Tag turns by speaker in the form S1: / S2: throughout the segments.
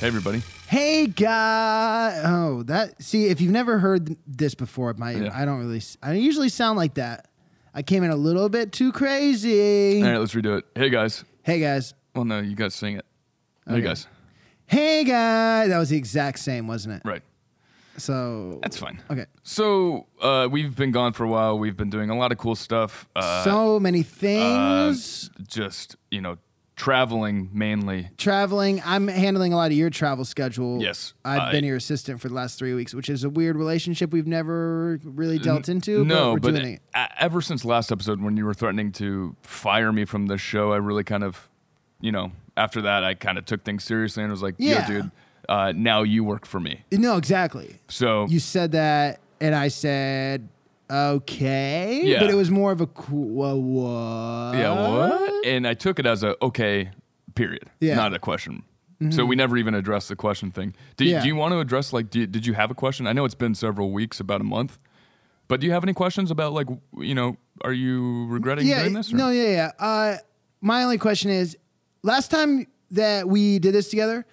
S1: Hey, everybody.
S2: Hey guy. Oh, that. See, if you've never heard this before, my
S1: Yeah.
S2: I don't really. s- I don't usually sound like that. I came in a little bit too crazy.
S1: All right, let's redo it. Hey, guys.
S2: Hey guys.
S1: Well, no, you guys sing it. Hey,
S2: Okay.
S1: guys.
S2: Hey guy. That was the exact same, wasn't it?
S1: Right.
S2: So
S1: That's fine.
S2: okay.
S1: So uh, we've been gone for a while. We've been doing a lot of cool stuff. Uh,
S2: so many
S1: uh,
S2: things.
S1: just you know, traveling mainly.
S2: traveling. I'm handling a lot of your travel schedule.
S1: Yes,
S2: I've
S1: I-
S2: been your assistant for the last three weeks, which is a weird relationship we've never really dealt into.
S1: no,
S2: but we're
S1: but
S2: doing it.
S1: e- ever since last episode, when you were threatening to fire me from the show, I really kind of, you know, after that, I kind of took things seriously and was like,
S2: Yeah.
S1: Yo, dude, uh, now you work for me.
S2: No, exactly.
S1: So
S2: You said that, and I said, okay.
S1: Yeah.
S2: But it was more of a cool, whoa, what?
S1: Yeah, what? And I took it as a okay, period.
S2: Yeah.
S1: Not a question. So we never even addressed the question thing. Do,
S2: Yeah.
S1: do you want to address like do you- did you have a question? I know it's been several weeks, about a month. But do you have any questions about like w- you know, are you regretting
S2: Yeah.
S1: doing this? or-
S2: No, yeah, yeah. Uh, my only question is last time that we did this together,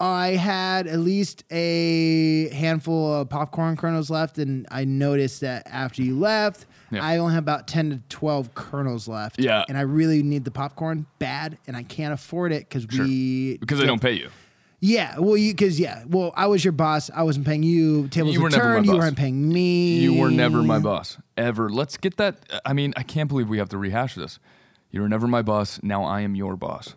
S2: I had at least a handful of popcorn kernels left, and I noticed that after you left,
S1: Yeah.
S2: I only have about 10 to 12 kernels left.
S1: Yeah.
S2: And I really need the popcorn bad, and I can't afford it because
S1: Sure.
S2: we.
S1: Because I don't pay you.
S2: Yeah, well, you because yeah, well, I was your boss. I wasn't paying you. Tables
S1: You were
S2: were
S1: never my
S2: turned. You
S1: boss.
S2: weren't paying me.
S1: You were never my boss ever. Let's get that I mean, I can't believe we have to rehash this. You were never my boss, now I am your boss.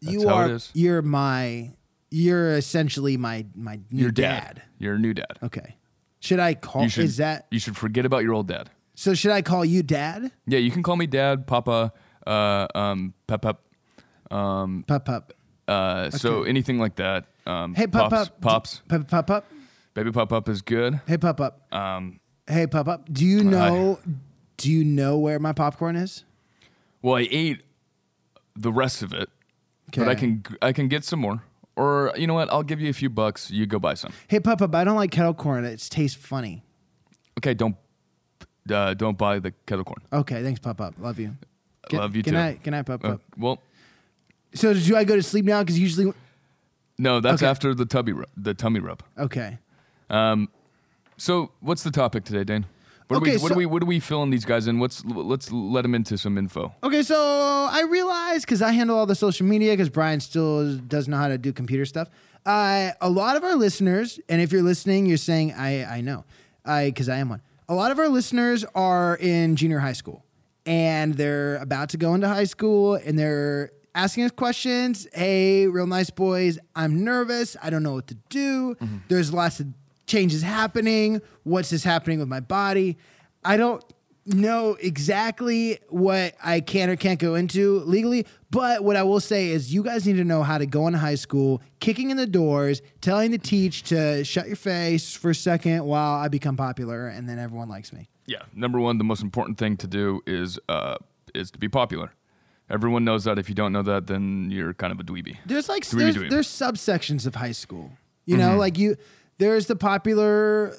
S1: That's
S2: you
S1: how
S2: are.
S1: it is.
S2: You're my. You're essentially my my new
S1: Your dad. Your new dad.
S2: Okay. Should I call?
S1: You should
S2: is that
S1: you should forget about your old dad.
S2: so? Should I call you dad?
S1: Yeah, you can call me Dad, Papa, uh, um, Pep Pep.
S2: Pup pup.
S1: Uh, So anything like that. Um,
S2: Hey pup
S1: pops,
S2: pup.
S1: Pops.
S2: Pup pup pup.
S1: Baby Pop Up is good.
S2: Hey pup pup.
S1: Um,
S2: Hey pup pup. Do you know? do you know where my popcorn is?
S1: well, I ate the rest of it, but I
S2: Okay.
S1: can I can get some more. Or you know what? I'll give you a few bucks. You go buy some.
S2: Hey pup pup. I don't like kettle corn. It tastes funny.
S1: Okay, don't uh, don't buy the kettle corn.
S2: Okay. Thanks pup pup. Love you. Good-
S1: Love you
S2: good
S1: too.
S2: Night. Good night pup
S1: Uh,
S2: pup.
S1: well,
S2: So do I go to sleep now? Because usually,
S1: no, that's
S2: Okay.
S1: after the tubby rub, the tummy rub.
S2: okay.
S1: So what's the topic today, Dane? What, are,
S2: Okay,
S1: we, what
S2: so-
S1: are we what are we filling these guys in? What's let's let them into some info.
S2: Okay, so I realized because I handle all the social media because Brian still doesn't know how to do computer stuff. Uh, a lot of our listeners, and if you're listening, you're saying I I know, I because I am one. A lot of our listeners are in junior high school, and they're about to go into high school, and they're asking us questions. Hey, real nice boys, I'm nervous. I don't know what to do. There's lots of changes happening. What's this happening with my body? I don't know exactly what I can or can't go into legally, but what I will say is you guys need to know how to go into high school, kicking in the doors, telling the teach to shut your face for a second while I become popular and then everyone likes me.
S1: Yeah, number one, the most important thing to do is uh, is to be popular. Everyone knows that. If you don't know that, then you're kind of a dweeby.
S2: There's like
S1: Dweeby
S2: there's,
S1: dweeby.
S2: there's subsections of high school. You
S1: Mm-hmm.
S2: know, like you there's the popular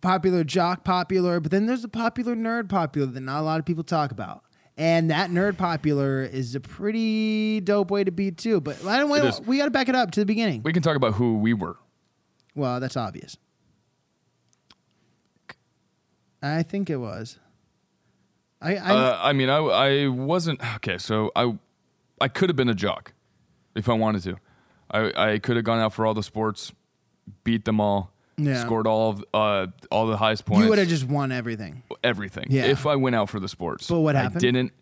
S2: popular jock popular, but then there's the popular nerd popular that not a lot of people talk about. And that nerd popular is a pretty dope way to be too. But I don't
S1: It is.
S2: want we got to back it up to the beginning.
S1: We can talk about who we were.
S2: Well, that's obvious. I think it was. I, I
S1: Uh, I mean, I, I wasn't okay. So I I could have been a jock if I wanted to. I I could have gone out for all the sports, beat them all,
S2: Yeah.
S1: scored all of, uh, all the highest points.
S2: you would have just won everything.
S1: everything.
S2: Yeah.
S1: If I went out for the sports,
S2: But what
S1: I
S2: happened?
S1: didn't.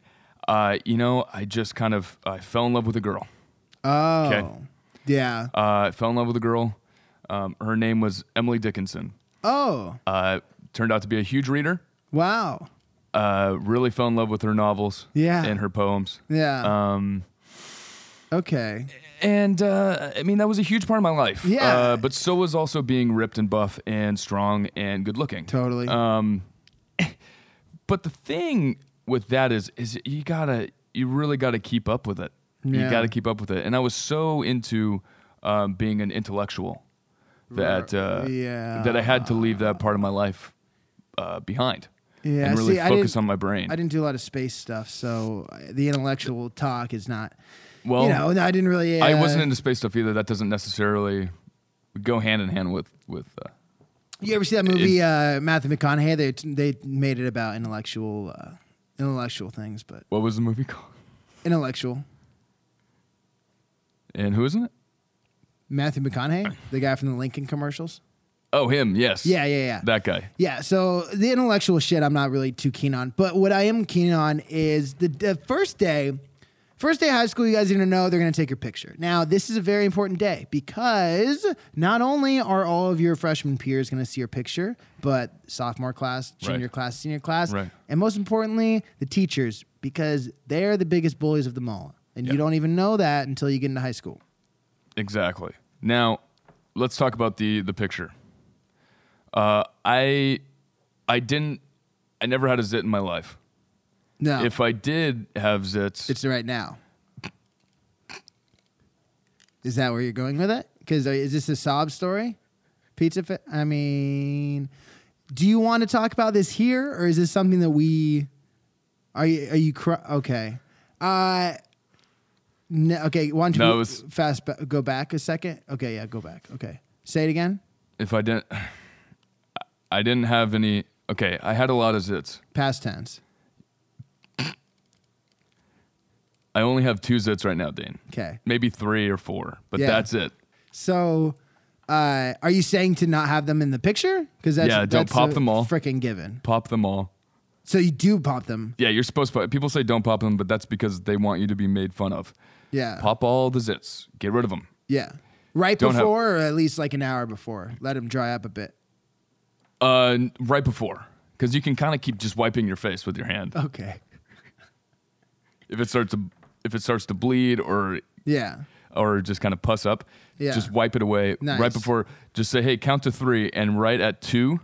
S1: Uh, you know, I just kind of I fell in love with a girl.
S2: Oh,
S1: Okay.
S2: yeah.
S1: Uh, fell in love with a girl. Um, her name was Emily Dickinson.
S2: Oh,
S1: Uh, turned out to be a huge reader.
S2: wow.
S1: Uh, really fell in love with her novels.
S2: Yeah.
S1: And her poems.
S2: Yeah.
S1: Um,
S2: okay.
S1: and uh, I mean that was a huge part of my life.
S2: Yeah.
S1: Uh, but so was also being ripped and buff and strong and good looking.
S2: Totally.
S1: Um, but the thing with that is, is you gotta, you really gotta keep up with it. You
S2: Yeah.
S1: gotta keep up with it. And I was so into um, being an intellectual that uh,
S2: yeah.
S1: that I had to leave that part of my life uh, behind
S2: Yeah,
S1: and really
S2: see, I
S1: focus
S2: didn't-
S1: on my brain.
S2: I didn't do a lot of space stuff, so the intellectual uh, talk is not.
S1: Well,
S2: you know, and I didn't really. Uh,
S1: I wasn't into space stuff either. That doesn't necessarily go hand in hand with with. Uh,
S2: You ever see that movie uh, Matthew McConaughey? They they made it about intellectual uh, intellectual things, but
S1: what was the movie called?
S2: intellectual
S1: And who is in it?
S2: Matthew McConaughey, the guy from the Lincoln commercials.
S1: Oh, him. Yes.
S2: Yeah, yeah, yeah.
S1: That guy.
S2: Yeah, so the intellectual shit I'm not really too keen on, but what I am keen on is the, the first day, first day of high school. You guys are gonna know they're gonna take your picture. Now this is a very important day because not only are all of your freshman peers gonna see your picture, but sophomore class, junior
S1: Right.
S2: class, senior class,
S1: Right.
S2: and most importantly the teachers because they're the biggest bullies of them all, and you
S1: Yeah.
S2: don't even know that until you get into high school.
S1: Exactly. Now, let's talk about the the picture. Uh, I I didn't. I never had a zit in my life.
S2: No,
S1: If I did have zits,
S2: It's right now. Is that where you're going with it? Because is this a sob story? Pizza. Fi- I mean, do you want to talk about this here, or is this something that we are you are you cr- okay? Uh, no, okay. Why don't you
S1: No, it was-
S2: fast ba- go back a second? Okay, yeah, go back. Okay, say it again.
S1: if I didn't, I didn't have any. Okay, I had a lot of zits.
S2: Past tense.
S1: I only have two zits right now, Dane.
S2: Okay.
S1: Maybe three or four, but
S2: Yeah.
S1: that's it.
S2: So, uh, are you saying to not have them in the picture? Because that's
S1: Yeah, don't
S2: that's
S1: pop
S2: a
S1: them all.
S2: Freaking given.
S1: Pop them all.
S2: So you do pop them.
S1: Yeah, you're supposed to. People say don't pop them, but that's because they want you to be made fun of.
S2: Yeah.
S1: Pop all the zits. Get rid of them.
S2: Yeah. Right
S1: Don't have-
S2: before, or at least like an hour before. Let them dry up a bit.
S1: Uh, n- right before, because you can kind of keep just wiping your face with your hand.
S2: Okay.
S1: If it starts to, if it starts to bleed or
S2: Yeah.
S1: or just kind of puss up,
S2: Yeah.
S1: just wipe it away
S2: Nice.
S1: right before. Just say, hey, count to three, and right at two,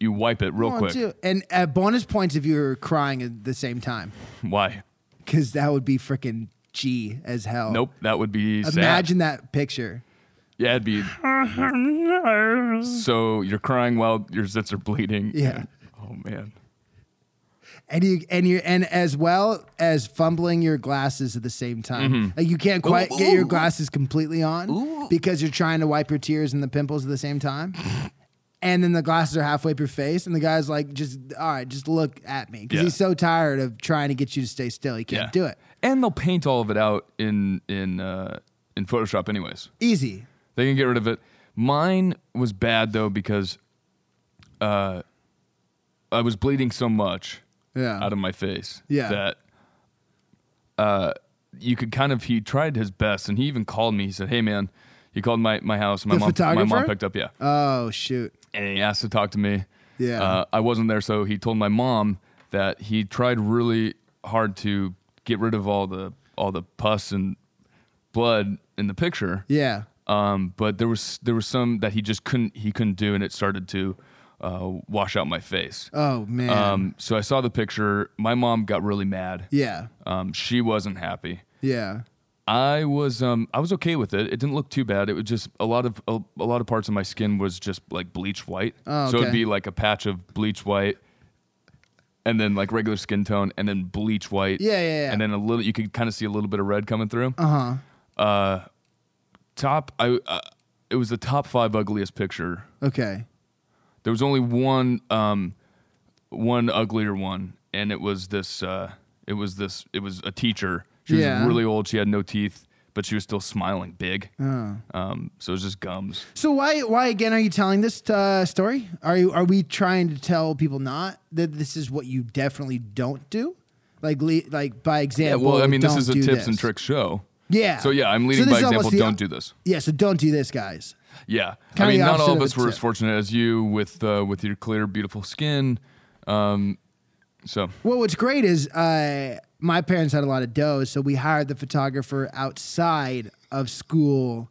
S1: you wipe it real
S2: One,
S1: quick.
S2: two. And uh, bonus points if you're crying at the same time,
S1: Why?
S2: because that would be freaking G as hell.
S1: Nope, that would be sad.
S2: Imagine that picture.
S1: Yeah, it'd be. so you're crying while your zits are bleeding.
S2: Yeah.
S1: Oh man.
S2: And you and you and as well as fumbling your glasses at the same time.
S1: Mm-hmm.
S2: Like you can't quite get your glasses completely on because you're trying to wipe your tears and the pimples at the same time. and then the glasses are halfway up your face, and the guy's like, "Just all right, just look at me," because
S1: Yeah.
S2: he's so tired of trying to get you to stay still. He can't
S1: yeah.
S2: do it.
S1: And they'll paint all of it out in in uh, in Photoshop, anyways.
S2: Easy.
S1: They can get rid of it. Mine was bad though because uh, I was bleeding so much
S2: Yeah.
S1: out of my face
S2: Yeah.
S1: that uh, you could kind of. He tried his best, and he even called me. He said, "Hey, man." He called my, my house. My
S2: The
S1: mom my mom
S2: photographer?
S1: picked up. Yeah,
S2: Oh shoot.
S1: and he asked to talk to me.
S2: Yeah.
S1: Uh, I wasn't there, so he told my mom that he tried really hard to get rid of all the all the pus and blood in the picture.
S2: Yeah.
S1: Um, but there was there was some that he just couldn't he couldn't do, and it started to uh, wash out my face.
S2: Oh man.
S1: Um, so I saw the picture. My mom got really mad.
S2: yeah.
S1: Um, she wasn't happy.
S2: Yeah.
S1: I was um, I was okay with it. It didn't look too bad. It was just a lot of a, a lot of parts of my skin was just like bleach white.
S2: Oh,
S1: So
S2: okay.
S1: it'd be like a patch of bleach white, and then like regular skin tone, and then bleach white.
S2: Yeah, yeah, yeah.
S1: And then a little, you could kind of see a little bit of red coming through.
S2: Uh huh.
S1: Uh, top, I uh, it was the top five ugliest picture.
S2: Okay.
S1: There was only one um, one uglier one, and it was this. Uh, it was this. It was a teacher. She was
S2: Yeah.
S1: really old. She had no teeth, but she was still smiling big.
S2: Oh.
S1: Um, so it was just gums.
S2: So why why again are you telling this uh, story? Are you are we trying to tell people not that this is what you definitely don't do? Like le- like by
S1: Yeah,
S2: example.
S1: well, I mean, this
S2: don't
S1: is a
S2: do
S1: tips
S2: this.
S1: and tricks show.
S2: Yeah.
S1: So yeah, I'm leading
S2: this
S1: by
S2: is almost
S1: example.
S2: the-
S1: Don't do this.
S2: Yeah. So don't do this, guys.
S1: Yeah,
S2: Kinda
S1: I mean,
S2: the
S1: not all
S2: opposite
S1: of
S2: of
S1: us
S2: a
S1: were
S2: tip.
S1: as fortunate as you with uh, with your clear, beautiful skin. Um, so
S2: Well, what's great is uh, my parents had a lot of dough, so we hired the photographer outside of school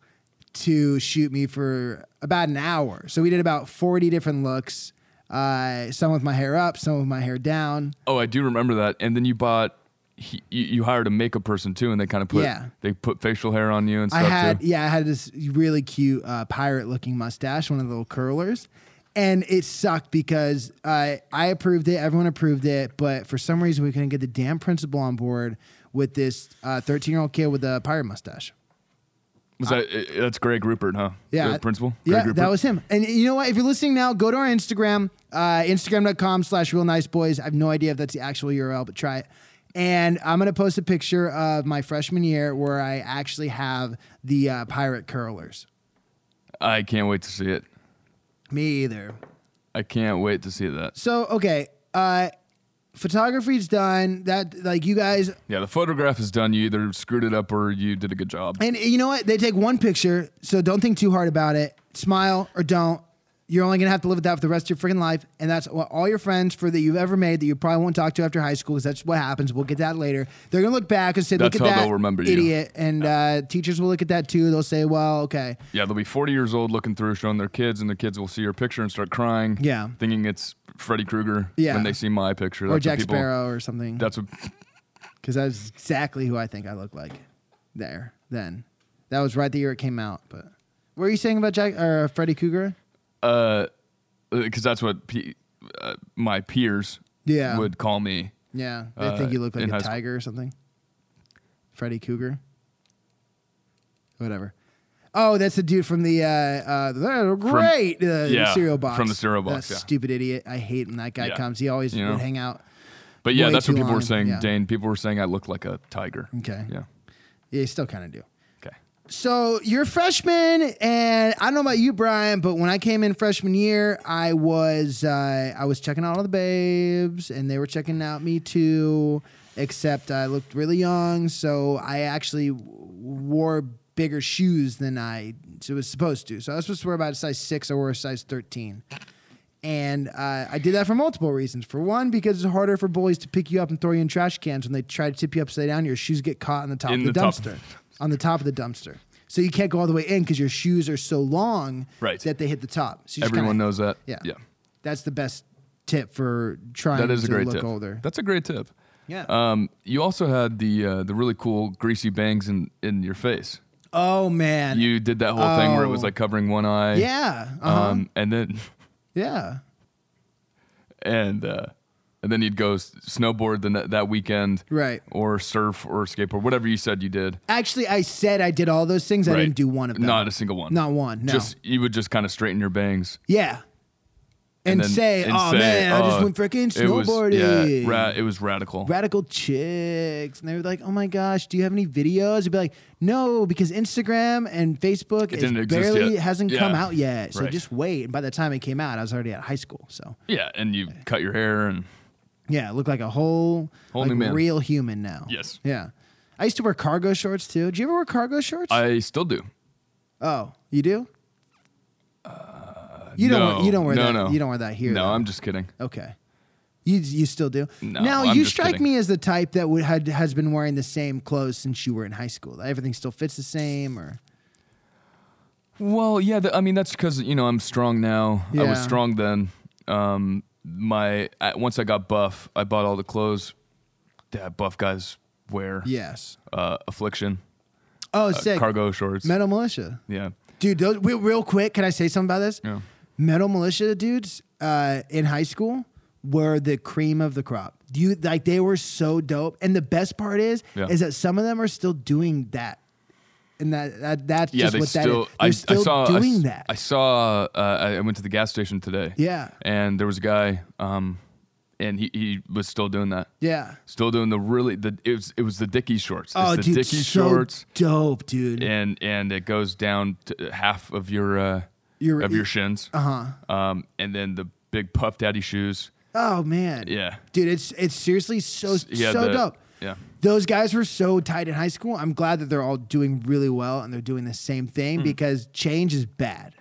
S2: to shoot me for about an hour. So we did about forty different looks. Uh, some with my hair up, some with my hair down.
S1: Oh, I do remember that. And then you bought, he, you, you hired a makeup person too, and they kind of put
S2: Yeah.
S1: they put facial hair on you and
S2: I
S1: stuff
S2: had
S1: too.
S2: yeah, I had this really cute uh, pirate looking mustache, one of the little curlers, and it sucked because I I approved it, everyone approved it, but for some reason we couldn't get the damn principal on board with this 13 year old kid with a pirate mustache.
S1: Was that i- that's Greg Rupert, huh?
S2: Yeah,
S1: the principal.
S2: Yeah,
S1: Greg Rupert.
S2: that was him. And you know what? If you're listening now, go to our Instagram, uh, instagram.com slash real nice boys. I have no idea if that's the actual URL, but try it. And I'm gonna post a picture of my freshman year where I actually have the uh, pirate curlers.
S1: I can't wait to see it.
S2: Me either.
S1: I can't wait to see that.
S2: So okay, uh, photography's done. That like you guys
S1: Yeah, the photograph is done. You either screwed it up or you did a good job.
S2: And you know what? They take one picture, so don't think too hard about it. Smile or don't. You're only gonna have to live with that for the rest of your freaking life, and that's what all your friends for that you've ever made that you probably won't talk to after high school because that's what happens. We'll get that later. They're gonna look back and say, "Look
S1: That's
S2: at
S1: how
S2: that
S1: they'll remember you.
S2: idiot," and uh, teachers will look at that too. They'll say, "Well, okay,
S1: Yeah, they'll be 40 years old looking through, showing their kids, and their kids will see your picture and start crying.
S2: Yeah.
S1: Thinking it's Freddy Krueger
S2: Yeah.
S1: when they see my picture.
S2: or
S1: That's what
S2: Jack
S1: people-
S2: Sparrow or something,"
S1: That's what.
S2: because that's exactly who I think I look like. There, then, that was right the year it came out. But what were you saying about Jack or uh, Freddy Cougar?
S1: Because eh, that's what pe- uh, my peers
S2: Yeah.
S1: would call me.
S2: Yeah, they
S1: uh,
S2: think you look like
S1: in
S2: a
S1: high school.
S2: tiger or something. Freddy Cougar. Whatever. Oh, that's the dude from the uh, uh, the great uh,
S1: yeah,
S2: cereal box.
S1: from the cereal box,
S2: That
S1: yeah.
S2: stupid idiot. I hate when that guy
S1: Yeah.
S2: comes. He always
S1: You know?
S2: would hang out.
S1: But yeah,
S2: Way
S1: that's what
S2: too
S1: people were
S2: long,
S1: saying,
S2: yeah.
S1: Dane. People were saying I look like a tiger.
S2: Okay.
S1: Yeah.
S2: Yeah, he still kind of do.
S1: Okay.
S2: So you're a freshman, and I don't know about you, Brian, but when I came in freshman year, I was uh, I was checking out all the babes, and they were checking out me too. Except I looked really young, so I actually w- wore bigger shoes than I was supposed to. So I was supposed to wear about a size six. I wore a size thirteen. And uh, I did that for multiple reasons. For one, because it's harder for boys to pick you up and throw you in trash cans when they try to tip you upside down. Your shoes get caught in the top
S1: In
S2: of the,
S1: the top.
S2: dumpster, on the top of the dumpster. So you can't go all the way in because your shoes are so long
S1: Right.
S2: that they hit the top. So you just
S1: Everyone
S2: kinda-
S1: knows that.
S2: Yeah,
S1: Yeah.
S2: That's the best tip for trying
S1: That is a
S2: to
S1: great
S2: look
S1: tip.
S2: older.
S1: That's a great tip.
S2: Yeah.
S1: Um, you also had the uh, the really cool greasy bangs in, in your face.
S2: oh man.
S1: You did that whole thing where it was
S2: Oh.
S1: like covering one eye.
S2: yeah. Uh-huh.
S1: Um, and then
S2: yeah.
S1: and uh, and then you'd go s- snowboard the, ne- that weekend,
S2: Right.
S1: Or surf or skateboard, whatever you said you did.
S2: Actually, I said I did all those things. I didn't do one of them.
S1: Not a single one.
S2: Not one. No.
S1: Just you would just kind of straighten your bangs
S2: yeah. And,
S1: then-
S2: say,
S1: and
S2: oh
S1: say,
S2: man, I just
S1: "Oh,
S2: went freaking
S1: it was-
S2: snowboarding.
S1: yeah, ra- it was radical.
S2: radical chicks and they were like oh my gosh do you have any videos you'd be like no because instagram and facebook is
S1: didn't exist
S2: barely
S1: yet.
S2: hasn't
S1: Yeah.
S2: come out yet so
S1: Right.
S2: just wait and by the time it came out i was already at high school so
S1: yeah, and you cut your hair and
S2: yeah I look like a whole,
S1: Whole
S2: like,
S1: new man.
S2: real human now
S1: Yes.
S2: yeah i used to wear cargo shorts too do you ever wear cargo shorts
S1: I still do.
S2: oh you do you don't
S1: no,
S2: wear, you don't wear
S1: no,
S2: that
S1: no.
S2: you don't wear that here
S1: no,
S2: though.
S1: I'm just kidding.
S2: Okay. You, you still do.
S1: No,
S2: now
S1: I'm
S2: you
S1: just
S2: strike
S1: kidding.
S2: me as the type that would had has been wearing the same clothes since you were in high school. Everything still fits the same, or
S1: Well, yeah, th- I mean that's because you know I'm strong now. I
S2: Yeah.
S1: was strong then. Um, my I, once I got buff, I bought all the clothes that buff guys wear.
S2: yes.
S1: Uh, Affliction,
S2: Oh,
S1: uh,
S2: sick.
S1: cargo shorts.
S2: Metal militia,
S1: yeah,
S2: dude. Those, we, real quick, can I say something about this?
S1: yeah.
S2: Metal militia dudes uh, in high school were the cream of the crop. You like they were so dope, and the best part is
S1: Yeah.
S2: is that some of them are still doing that, and that, that that's
S1: Yeah,
S2: just
S1: they
S2: what
S1: still.
S2: that
S1: I,
S2: is. They're
S1: I
S2: still
S1: saw. I s-
S2: doing that.
S1: I saw. Uh, I I went to the gas station today.
S2: Yeah.
S1: And there was a guy, um, and he, he was still doing that.
S2: yeah.
S1: Still doing the really the it was it was the Dickie shorts. It's
S2: Oh,
S1: the
S2: dude,
S1: Dickie
S2: so
S1: shorts.
S2: dope, dude.
S1: and and it goes down to half of your uh
S2: Your-
S1: of your shins.
S2: Uh-huh.
S1: Um and then the big puff daddy shoes.
S2: Oh man.
S1: Yeah.
S2: Dude, it's it's seriously so
S1: Yeah,
S2: so
S1: the-
S2: dope.
S1: Yeah.
S2: Those guys were so tight in high school. I'm glad that they're all doing really well and they're doing the same thing because change is bad.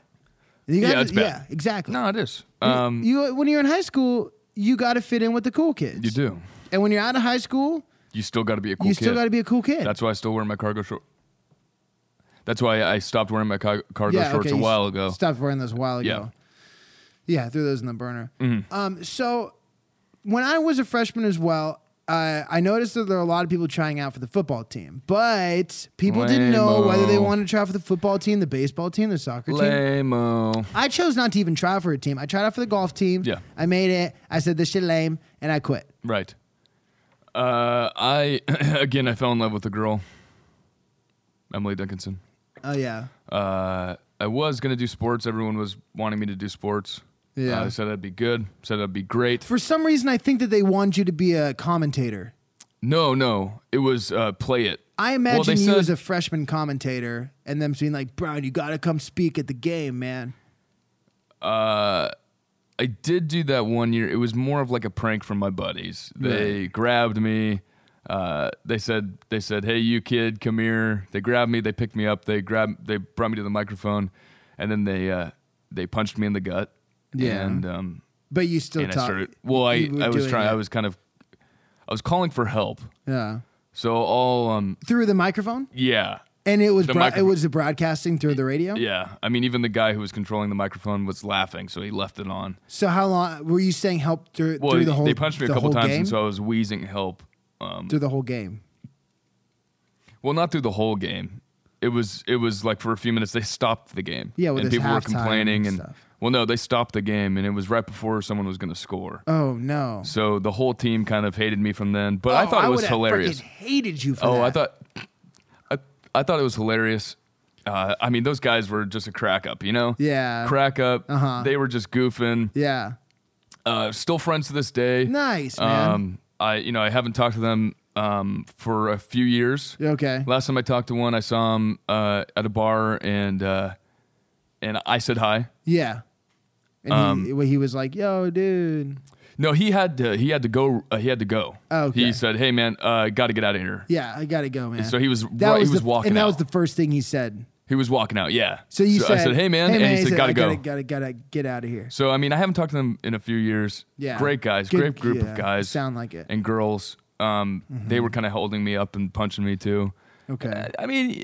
S2: You
S1: Hmm. Yeah,
S2: gotta-
S1: it's bad.
S2: yeah, exactly.
S1: No, it is.
S2: You-
S1: Um
S2: you when you're in high school, you got to fit in with the cool kids.
S1: you do.
S2: And when you're out of high school,
S1: You still got to be a cool
S2: you
S1: kid.
S2: still got to be a cool kid.
S1: That's why I still wear my cargo shorts. That's why I stopped wearing my car- cargo
S2: yeah,
S1: shorts
S2: okay,
S1: a
S2: you
S1: while
S2: s-
S1: ago.
S2: Stopped wearing those a while ago.
S1: Yeah. Mm-hmm.
S2: Yeah, I threw those in the burner. Um, so when I was a freshman as well, uh, I noticed that there are a lot of people trying out for the football team, but people didn't know
S1: Lame-o.
S2: whether they wanted to try out for the football team, the baseball team, the soccer team.
S1: Lame-o.
S2: I chose not to even try out for a team. I tried out for the golf team.
S1: Yeah.
S2: I made it. I said this shit lame, and I quit.
S1: Right. Uh, I again, I fell in love with a girl, Emily Dickinson.
S2: Oh yeah.
S1: Uh, I was gonna do sports. Everyone was wanting me to do sports.
S2: Yeah.
S1: uh, they said that'd be good. Said that'd be great.
S2: For some reason, I think that they wanted you to be a commentator.
S1: No, no, it was uh, play it.
S2: I imagine
S1: they
S2: you
S1: said-
S2: as a freshman commentator and them being like, Brown, you got to come speak at the game, man.
S1: I did do that one year. It was more of like a prank from my buddies. They grabbed me. Uh, they said they said, "Hey, you kid, come here." They grabbed me. They picked me up. They grabbed. They brought me to the microphone, and then they uh, they punched me in the gut.
S2: Yeah.
S1: And um,
S2: But you still
S1: and I
S2: talk.
S1: started. Well, I,
S2: you were
S1: I was
S2: doing
S1: trying.
S2: it.
S1: I was kind of. I was calling for help.
S2: yeah.
S1: So all um
S2: Through the microphone?
S1: yeah
S2: And it was
S1: The
S2: broad it
S1: microphone.
S2: was the broadcasting through the radio?
S1: yeah. I mean, even the guy who was controlling the microphone was laughing, so he left it on.
S2: So how long were you saying help through,
S1: Well,
S2: through the whole
S1: they punched me a
S2: the
S1: couple
S2: whole
S1: times,
S2: game?
S1: and so I was wheezing help. Um,
S2: through the whole game.
S1: Well, not through the whole game. It was it was like for a few minutes they stopped the game.
S2: Yeah, well,
S1: and
S2: there's
S1: people were
S2: halftime and
S1: complaining and,
S2: stuff.
S1: well, no, they stopped the game and it was right before someone was going to score.
S2: Oh no.
S1: So the whole team kind of hated me from then, but I
S2: Oh,
S1: thought it was
S2: would've
S1: hilarious.
S2: frickin' hated you for
S1: Oh, I
S2: that.
S1: thought I, I thought it was hilarious. Uh, I mean, those guys were just a crack up, you know?
S2: Yeah.
S1: Crack up.
S2: Uh-huh.
S1: They were just goofing.
S2: Yeah.
S1: Uh, still friends to this day.
S2: Nice, man.
S1: Um, I you know I haven't talked to them um, for a few years.
S2: Okay.
S1: Last time I talked to one, I saw him uh, at a bar, and uh, and I said hi.
S2: Yeah. And he,
S1: Um,
S2: well, he was like, "Yo, dude."
S1: No, he had to he had to go. Uh, he had to go.
S2: Oh, okay.
S1: He said, "Hey man, uh, got to get out of here."
S2: Yeah, I gotta go, man.
S1: So he was right- he was
S2: the,
S1: walking
S2: and that
S1: out.
S2: was the first thing he said.
S1: He was walking out. Yeah.
S2: So you said,
S1: I said, "Hey man," and he, said, "Gotta
S2: I
S1: go."
S2: Gotta, gotta, gotta get out of here."
S1: So I mean, I haven't talked to them in a few years.
S2: Yeah,
S1: Great guys,
S2: Good-
S1: great group
S2: yeah,
S1: of guys.
S2: Sound Mm-hmm. like it.
S1: and girls. Um, they were kind of holding me up and punching me too.
S2: Okay.
S1: Uh, I mean,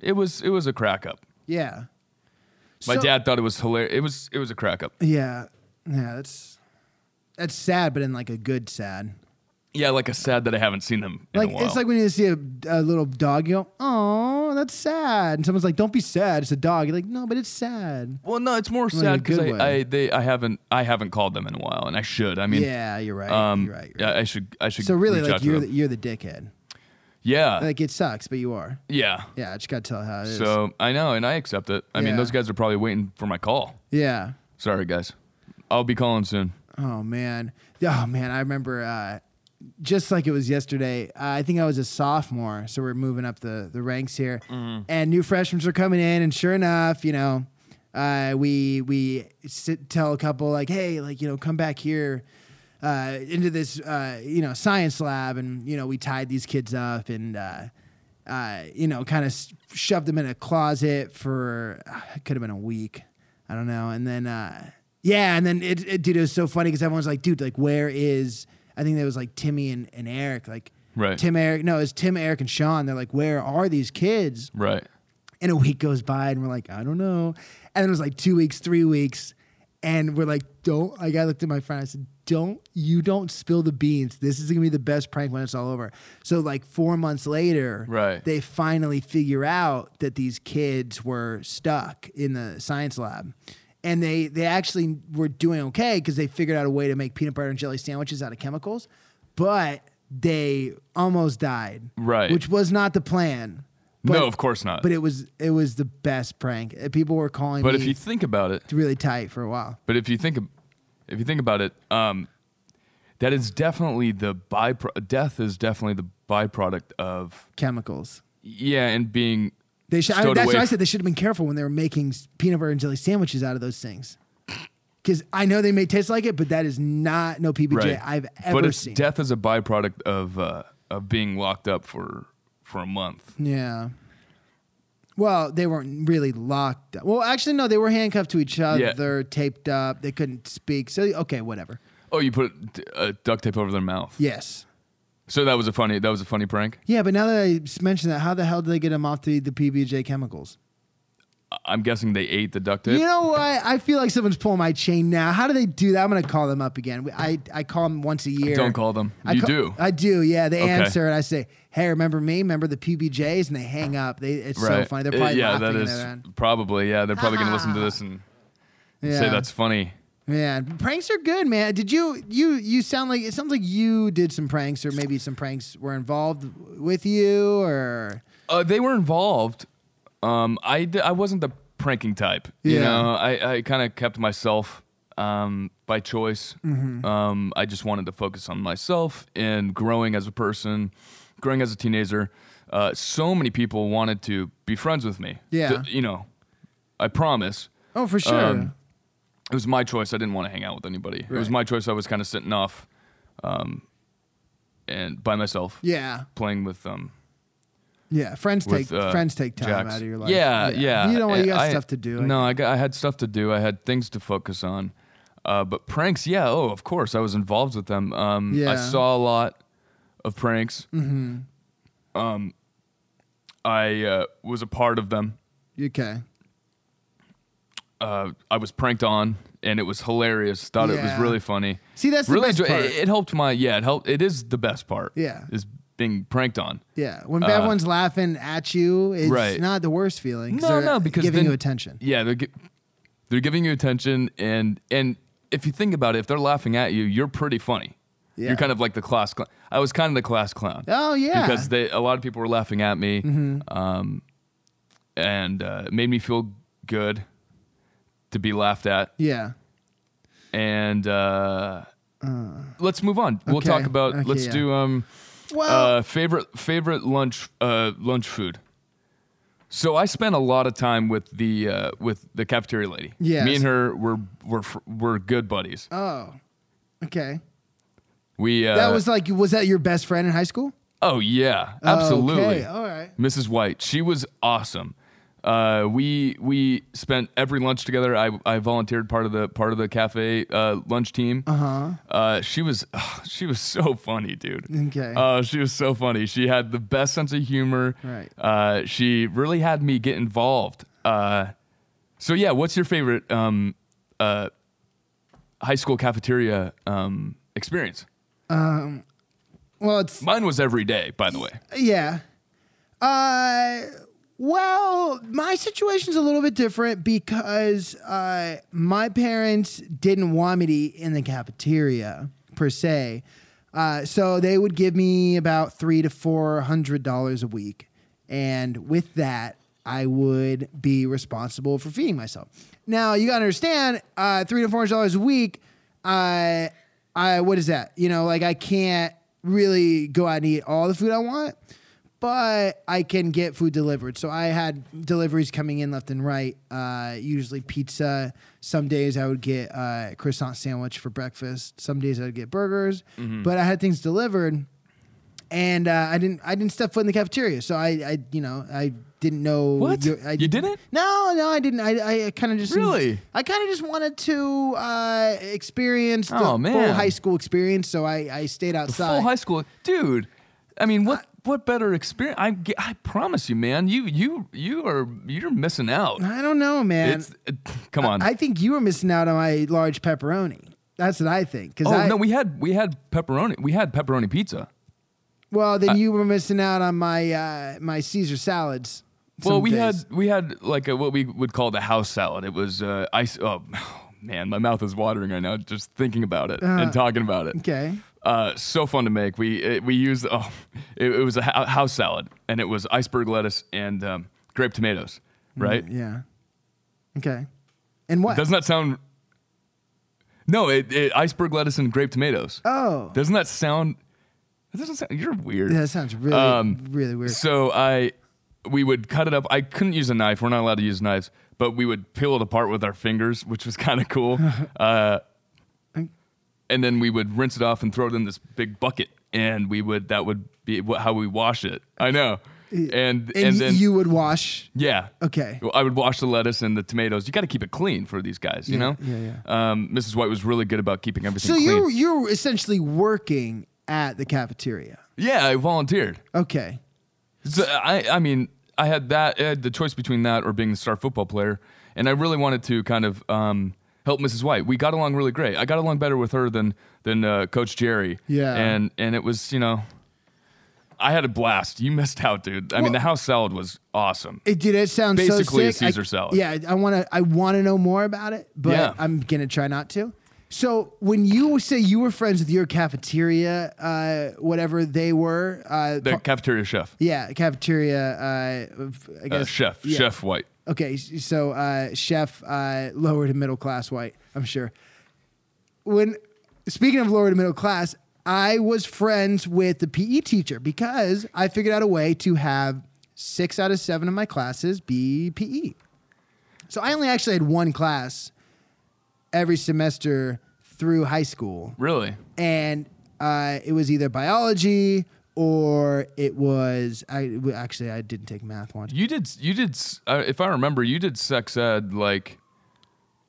S1: it was it was a crack up.
S2: yeah.
S1: My
S2: So-
S1: dad thought it was hilarious. It was it was a crack up.
S2: Yeah, yeah. That's that's sad, but in like a good sad.
S1: Yeah, like a sad that I haven't seen them in
S2: Like
S1: a while.
S2: it's like when you see a, a little dog, you go, "Oh, that's sad," and someone's like, "Don't be sad. It's a dog." You're like, "No, but it's sad."
S1: well, no, it's more
S2: in a
S1: sad because
S2: good
S1: I,
S2: way.
S1: I they I haven't I haven't called them in a while, and I should. I mean,
S2: yeah, you're right.
S1: um,
S2: you're right. You're
S1: yeah,
S2: right.
S1: I should I should.
S2: so really,
S1: reach out
S2: like
S1: to
S2: you're the,
S1: them.
S2: you're the dickhead.
S1: yeah,
S2: Like it sucks, but you are.
S1: yeah.
S2: Yeah, I just gotta tell how it is.
S1: So I know, and I accept it. I
S2: Yeah.
S1: mean, those guys are probably waiting for my call.
S2: yeah.
S1: Sorry, guys. I'll be calling soon.
S2: Oh man. Oh man. I remember uh, just like it was yesterday. Uh, I think I was a sophomore, so we're moving up the the ranks here, and new freshmen are coming in, and sure enough, you know. Uh, we we sit, tell a couple like, hey, like you know, come back here uh, into this uh, you know science lab, and you know we tied these kids up, and uh, uh, you know, kind of shoved them in a closet for uh, it could have been a week, I don't know. And then, uh, yeah, and then it, it dude, it was so funny because everyone's like, dude, like, where is? I think there was like Timmy and, and Eric, like
S1: Right.
S2: Tim, Eric, no, it's Tim, Eric, and Sean. They're like, where are these kids?
S1: Right.
S2: And a week goes by, and we're like, I don't know. And then it was like two weeks, three weeks, and we're like, don't. Like I looked at my friend, I said, don't you don't spill the beans. This is gonna be the best prank when it's all over. So like four months later,
S1: Right.
S2: They finally figure out that these kids were stuck in the science lab. And they, they actually were doing okay because they figured out a way to make peanut butter and jelly sandwiches out of chemicals, but they almost died.
S1: Right.
S2: Which was not the plan. but-
S1: no, of course not.
S2: but it was it was the best prank. Uh, People were calling
S1: But
S2: me
S1: if you think about it,
S2: really tight for a while.
S1: but if you think, ab- if you think about it, um, that is definitely the byproduct. Death is definitely the byproduct of
S2: Chemicals.
S1: yeah, and being
S2: They should. I,
S1: stowed
S2: that's
S1: away
S2: what I
S1: f-
S2: said. They should have been careful when they were making s- peanut butter and jelly sandwiches out of those things. Because I know they may taste like it, but that is not no PBJ
S1: right.
S2: I've ever
S1: but it's
S2: seen.
S1: death is a byproduct of uh, of being locked up for for a month.
S2: yeah. Well, they weren't really locked up. Well, actually, no, they were handcuffed to each other, taped up. They couldn't speak. So okay, whatever.
S1: Oh, you put uh, duct tape over their mouth.
S2: Yes.
S1: So that was a funny that was a funny prank.
S2: Yeah, but now that I s- mentioned that, how the hell did they get them off the, the PBJ chemicals?
S1: I- I'm guessing they ate the duct tape.
S2: You know what? I feel like someone's pulling my chain now. How do they do that? I'm gonna call them up again. We- I, I call them once a year.
S1: Don't call them.
S2: I
S1: you
S2: ca-
S1: do.
S2: I do. Yeah, they
S1: Okay.
S2: answer and I say, "Hey, remember me? Remember the PBJs?" And they hang up. They it's so funny. They're
S1: Uh,
S2: probably
S1: yeah,
S2: laughing
S1: that
S2: in
S1: is
S2: their end.
S1: probably yeah. They're probably going to listen to this and
S2: Yeah.
S1: say that's funny.
S2: Man, pranks are good, man. Did you you you sound like it sounds like you did some pranks or maybe some pranks were involved with you or
S1: Uh, they were involved. Um, I, d- I wasn't the pranking type. You
S2: Yeah.
S1: know, I, I kind of kept myself um, by choice.
S2: Mm-hmm.
S1: Um, I just wanted to focus on myself and growing as a person, growing as a teenager. Uh, so many people wanted to be friends with me.
S2: Yeah.
S1: D- you know, I promise.
S2: Oh, for sure.
S1: Um, it was my choice. I didn't want to hang out with anybody. It was
S2: Right.
S1: my choice. I was kind of sitting off, um, and by myself,
S2: yeah.
S1: playing with um,
S2: Yeah, friends
S1: with,
S2: take
S1: uh,
S2: friends take time
S1: Jax.
S2: out of your life.
S1: Yeah, yeah.
S2: You don't want you got
S1: I-
S2: stuff to do.
S1: No, I, got, I had stuff to do. I had things to focus on. Uh, but pranks, yeah. Oh, of course, I was involved with them. Um, I
S2: Yeah.
S1: saw a lot of pranks. Mm-hmm. Um, I uh, was a part of them.
S2: Okay.
S1: Uh, I was pranked on, and it was hilarious. Thought it was
S2: Yeah.
S1: really funny.
S2: See, that's the
S1: really
S2: best
S1: enjoy- eh,
S2: part.
S1: It, it helped my yeah. It helped. It is the best part.
S2: Yeah.
S1: is being pranked on.
S2: Yeah, when
S1: Uh,
S2: everyone's laughing at you, it's
S1: right.
S2: not the worst feeling.
S1: No,
S2: they're
S1: no, because
S2: giving
S1: then-
S2: you attention.
S1: Yeah, they're gi- they're giving you attention, and and if you think about it, if they're laughing at you, you're pretty funny.
S2: Yeah.
S1: You're kind of like the class. Cl- I was kind of the class clown.
S2: Oh yeah, Mm-hmm.
S1: because they a lot of people were laughing at me, um, and uh, it made me feel good to be laughed at.
S2: yeah,
S1: And uh, let's move on. We'll
S2: okay,
S1: talk about
S2: okay,
S1: let's
S2: yeah.
S1: do um,
S2: Well-
S1: uh, favorite favorite lunch uh, lunch food. So I spent a lot of time with the uh, with the cafeteria lady.
S2: Yes.
S1: me and her were were fr- were good buddies.
S2: oh, okay.
S1: We uh,
S2: That was like, was that your best friend in high school?
S1: oh yeah absolutely
S2: Okay, all right.
S1: Mrs. White. She was awesome. Uh, we we spent every lunch together. I, I volunteered part of the part of the cafe uh, lunch team. Uh-huh. She was she was so funny, dude.
S2: Okay.
S1: Uh, she was so funny. She had the best sense of humor.
S2: Right.
S1: Uh, she really had me get involved. Uh, so yeah, what's your favorite um, uh, high school cafeteria um, experience?
S2: Well, it's
S1: Mine was every day, by the way.
S2: Yeah. Uh, well, my situation's a little bit different because uh, my parents didn't want me to eat in the cafeteria per se. Uh, so they would give me about three to four hundred dollars a week, and with that, I would be responsible for feeding myself. Now you gotta understand, uh, three to four hundred dollars a week. I, I what is that? You know, like I can't really go out and eat all the food I want, but I can get food delivered. So I had deliveries coming in left and right. Uh, usually pizza. Some days I would get uh, croissant sandwich for breakfast. Some days I'd get burgers.
S1: Mm-hmm.
S2: But I had things delivered and uh, I didn't I didn't step foot in the cafeteria, so I, I you know I didn't know
S1: What?
S2: your- I,
S1: You didn't?
S2: No, no, I didn't. I I kind of just
S1: Really?
S2: I kind of just wanted to uh, experience the
S1: Oh, man.
S2: full high school experience, so I I stayed outside.
S1: Full high school, dude. I mean, what what better experience? I ge- I promise you, man. You you you are you're missing out.
S2: I don't know, man.
S1: It's it, come on.
S2: I think you were missing out on my large pepperoni. That's what I think. Because
S1: oh
S2: I
S1: no, we had we had pepperoni. We had pepperoni pizza.
S2: well then you were missing out on my uh, my Caesar salads.
S1: Well,
S2: some
S1: we
S2: days.
S1: had we had like a, what we would call the house salad. It was uh, ice. Oh man, my mouth is watering right now just thinking about it and talking about it.
S2: Uh, okay.
S1: Uh, so fun to make. We it, we used oh, it, it was a hou- house salad and it was iceberg lettuce and um, grape tomatoes, right?
S2: Yeah. Okay. And what?
S1: Doesn't that sound? No, it, it iceberg lettuce and grape tomatoes.
S2: oh.
S1: Doesn't that sound? That doesn't sound. You're weird.
S2: Yeah, that sounds really,
S1: Um,
S2: really weird.
S1: So I, we would cut it up. I couldn't use a knife. We're not allowed to use knives, but we would peel it apart with our fingers, which was kind of cool. uh, and then we would rinse it off and throw it in this big bucket, and we would that would be wh- how we wash it. I know. And and,
S2: And, y-
S1: then
S2: you would wash.
S1: yeah.
S2: Okay.
S1: Well, I would wash the lettuce and the tomatoes. You got to keep it clean for these guys, you
S2: Yeah,
S1: know.
S2: yeah,
S1: yeah. Um, Mrs. White was really good about keeping
S2: So
S1: everything clean.
S2: you're you're essentially working at the cafeteria.
S1: yeah, I volunteered.
S2: Okay.
S1: So I, I mean, I had that. I had the choice between that or being the star football player, and I really wanted to kind of um, help Mrs. White. We got along really great. I got along better with her than than uh, Coach Jerry.
S2: Yeah.
S1: And and it was you know, I had a blast. You missed out, dude. I mean,
S2: Well-
S1: the house salad was awesome.
S2: It, dude, it sounds so
S1: Basically a
S2: sick. I-
S1: Caesar salad.
S2: Yeah, I want to. I want to know more about it, but
S1: Yeah.
S2: I'm gonna try not to. So when you say you were friends with your cafeteria, uh, whatever they were, uh,
S1: The
S2: par-
S1: cafeteria chef,
S2: yeah, cafeteria. Uh, f- I
S1: uh,
S2: guess
S1: chef,
S2: yeah.
S1: chef White.
S2: Okay, s- so uh, chef, uh, lower to middle class white, I'm sure. When speaking of lower to middle class, I was friends with the PE teacher because I figured out a way to have six out of seven of my classes be PE. So I only actually had one class every semester through high school
S1: Really?
S2: and uh, it was either biology or it was I w- actually I didn't take math one.
S1: You did. You did. s- Uh, if I remember, you did sex ed like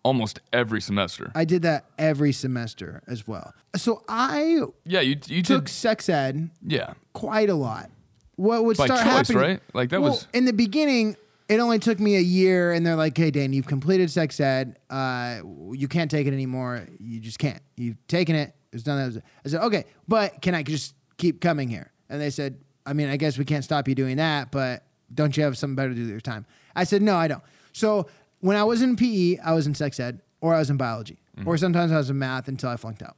S1: almost every semester.
S2: I did that every semester as well. So I
S1: yeah, you you
S2: took
S1: took.
S2: sex ed
S1: Yeah,
S2: quite a lot. What would
S1: By
S2: start
S1: choice,
S2: happening?
S1: right? Like, that
S2: Well,
S1: was-
S2: in the beginning. It only took me a year, and they're like, "Hey, Dan, you've completed sex ed. Uh, you can't take it anymore. You just can't. You've taken it. There's none of that." I said, "Okay, but can I just keep coming here?" And they said, "I mean, I guess we can't stop you doing that, but don't you have something better to do with your time?" I said, "No, I don't." So when I was in PE, I was in sex ed, or I was in biology,
S1: Mm-hmm.
S2: or sometimes I was in math until I flunked out.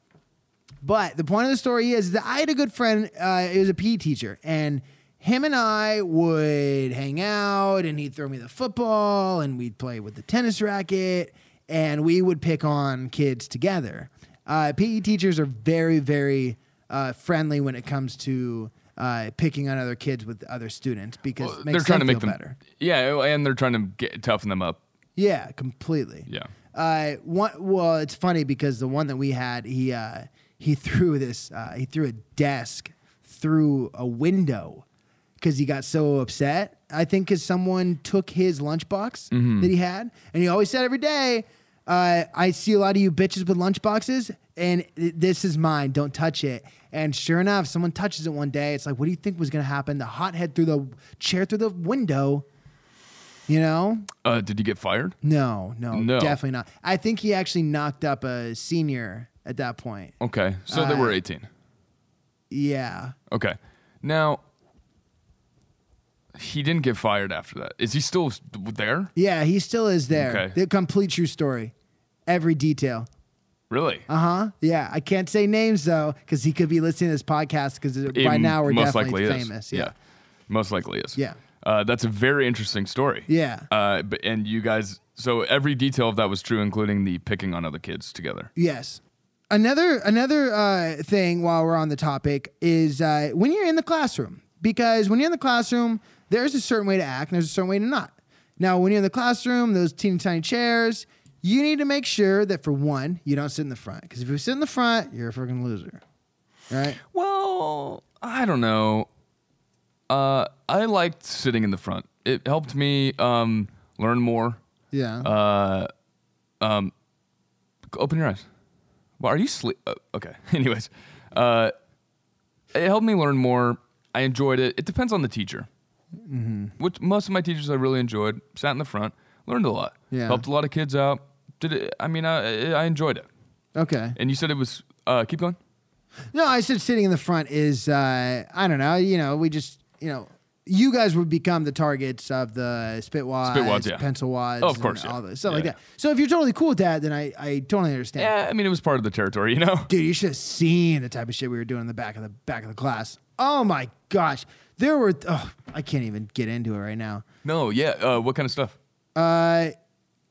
S2: But the point of the story is that I had a good friend. Uh, it was a PE teacher, and him and I would hang out, and he'd throw me the football, and we'd play with the tennis racket, and we would pick on kids together. Uh, PE teachers are very, very uh, friendly when it comes to uh, picking on other kids with other students because it makes
S1: they're trying to
S2: them
S1: make
S2: feel
S1: them
S2: better.
S1: Yeah, and they're trying to get, toughen them up.
S2: Yeah, completely.
S1: Yeah.
S2: Uh, one, well, it's funny because the one that we had, he uh, he threw this, uh, he threw a desk through a window because he got so upset. I think because someone took his lunchbox that he had, and he always said every day, uh, "I see a lot of you bitches with lunchboxes, and th- this is mine. Don't touch it." And sure enough, someone touches it one day. It's like, what do you think was going to happen? The hothead threw the chair through the window. You know,
S1: Uh, did you get fired?
S2: no, no,
S1: No.
S2: definitely not. I think he actually knocked up a senior at that point.
S1: Okay, so they
S2: Uh,
S1: were eighteen.
S2: Yeah.
S1: Okay, now he didn't get fired after that. Is he still there?
S2: Yeah, he still is there.
S1: Okay.
S2: The complete true story. Every detail.
S1: Really?
S2: Uh huh. Yeah. I can't say names though, because he could be listening to this podcast because by
S1: It
S2: now we're
S1: most
S2: definitely
S1: likely is.
S2: famous. Yeah.
S1: most likely is.
S2: Yeah.
S1: uh, that's a very interesting story.
S2: Yeah.
S1: uh, but, and you guys. So every detail of that was true, including the picking on other kids together.
S2: Yes. Another another uh, thing while we're on the topic is uh, when you're in the classroom because when you're in the classroom there's a certain way to act and there's a certain way to not. Now when you're in the classroom, those teeny tiny chairs, you need to make sure that for one you don't sit in the front because if you sit in the front, you're a freaking loser, right?
S1: Well, I don't know. Uh, I liked sitting in the front. It helped me um, learn more.
S2: Yeah.
S1: Uh, um, open your eyes. Well, are you sleep? Uh, okay. Anyways, uh, it helped me learn more. I enjoyed it. It depends on the teacher. Which most of my teachers I really enjoyed. Sat in the front, learned a lot.
S2: Yeah.
S1: Helped a lot of kids out. Did it? I mean, I I enjoyed it.
S2: okay.
S1: And you said it was. Uh, keep going.
S2: No, I said sitting in the front is uh, I don't know. You know, we just you know you guys would become the targets of the spitwads,
S1: Spitwads, yeah.
S2: pencil wads,
S1: Oh, of course,
S2: and all
S1: yeah.
S2: this stuff like
S1: Yeah.
S2: that. So if you're totally cool with that, then I I totally understand.
S1: Yeah, I mean, it was part of the territory, you know.
S2: Dude, you should have seen the type of shit we were doing in the back of the back of the class. Oh my gosh, there were. Oh, I can't even get into it right now.
S1: No, yeah. Uh, what kind of stuff?
S2: Uh,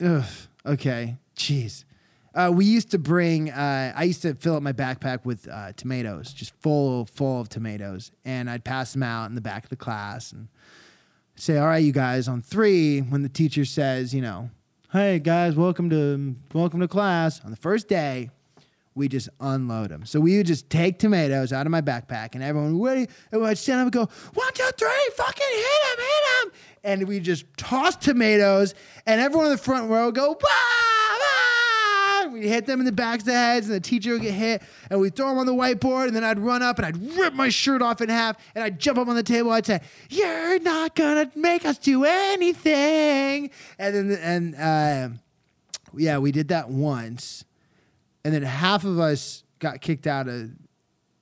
S2: ugh, okay. Jeez. Uh, we used to bring. Uh, I used to fill up my backpack with uh, tomatoes, just full, full of tomatoes, and I'd pass them out in the back of the class and say, "All right, you guys, on three, when the teacher says, you know, hey guys, welcome to welcome to class." On the first day, we just unload them. So we would just take tomatoes out of my backpack, and everyone would, and would stand up and go, one, two, three, fucking hit him, hit him. And we just toss tomatoes, and everyone in the front row would go, "Wah, wah." We'd "Ah!" hit them in the backs of the heads, and the teacher would get hit, and we'd throw them on the whiteboard, and then I'd run up and I'd rip my shirt off in half, and I'd jump up on the table, I'd say, You're not gonna make us do anything. And then, and, um, yeah, we did that once, and then half of us got kicked out of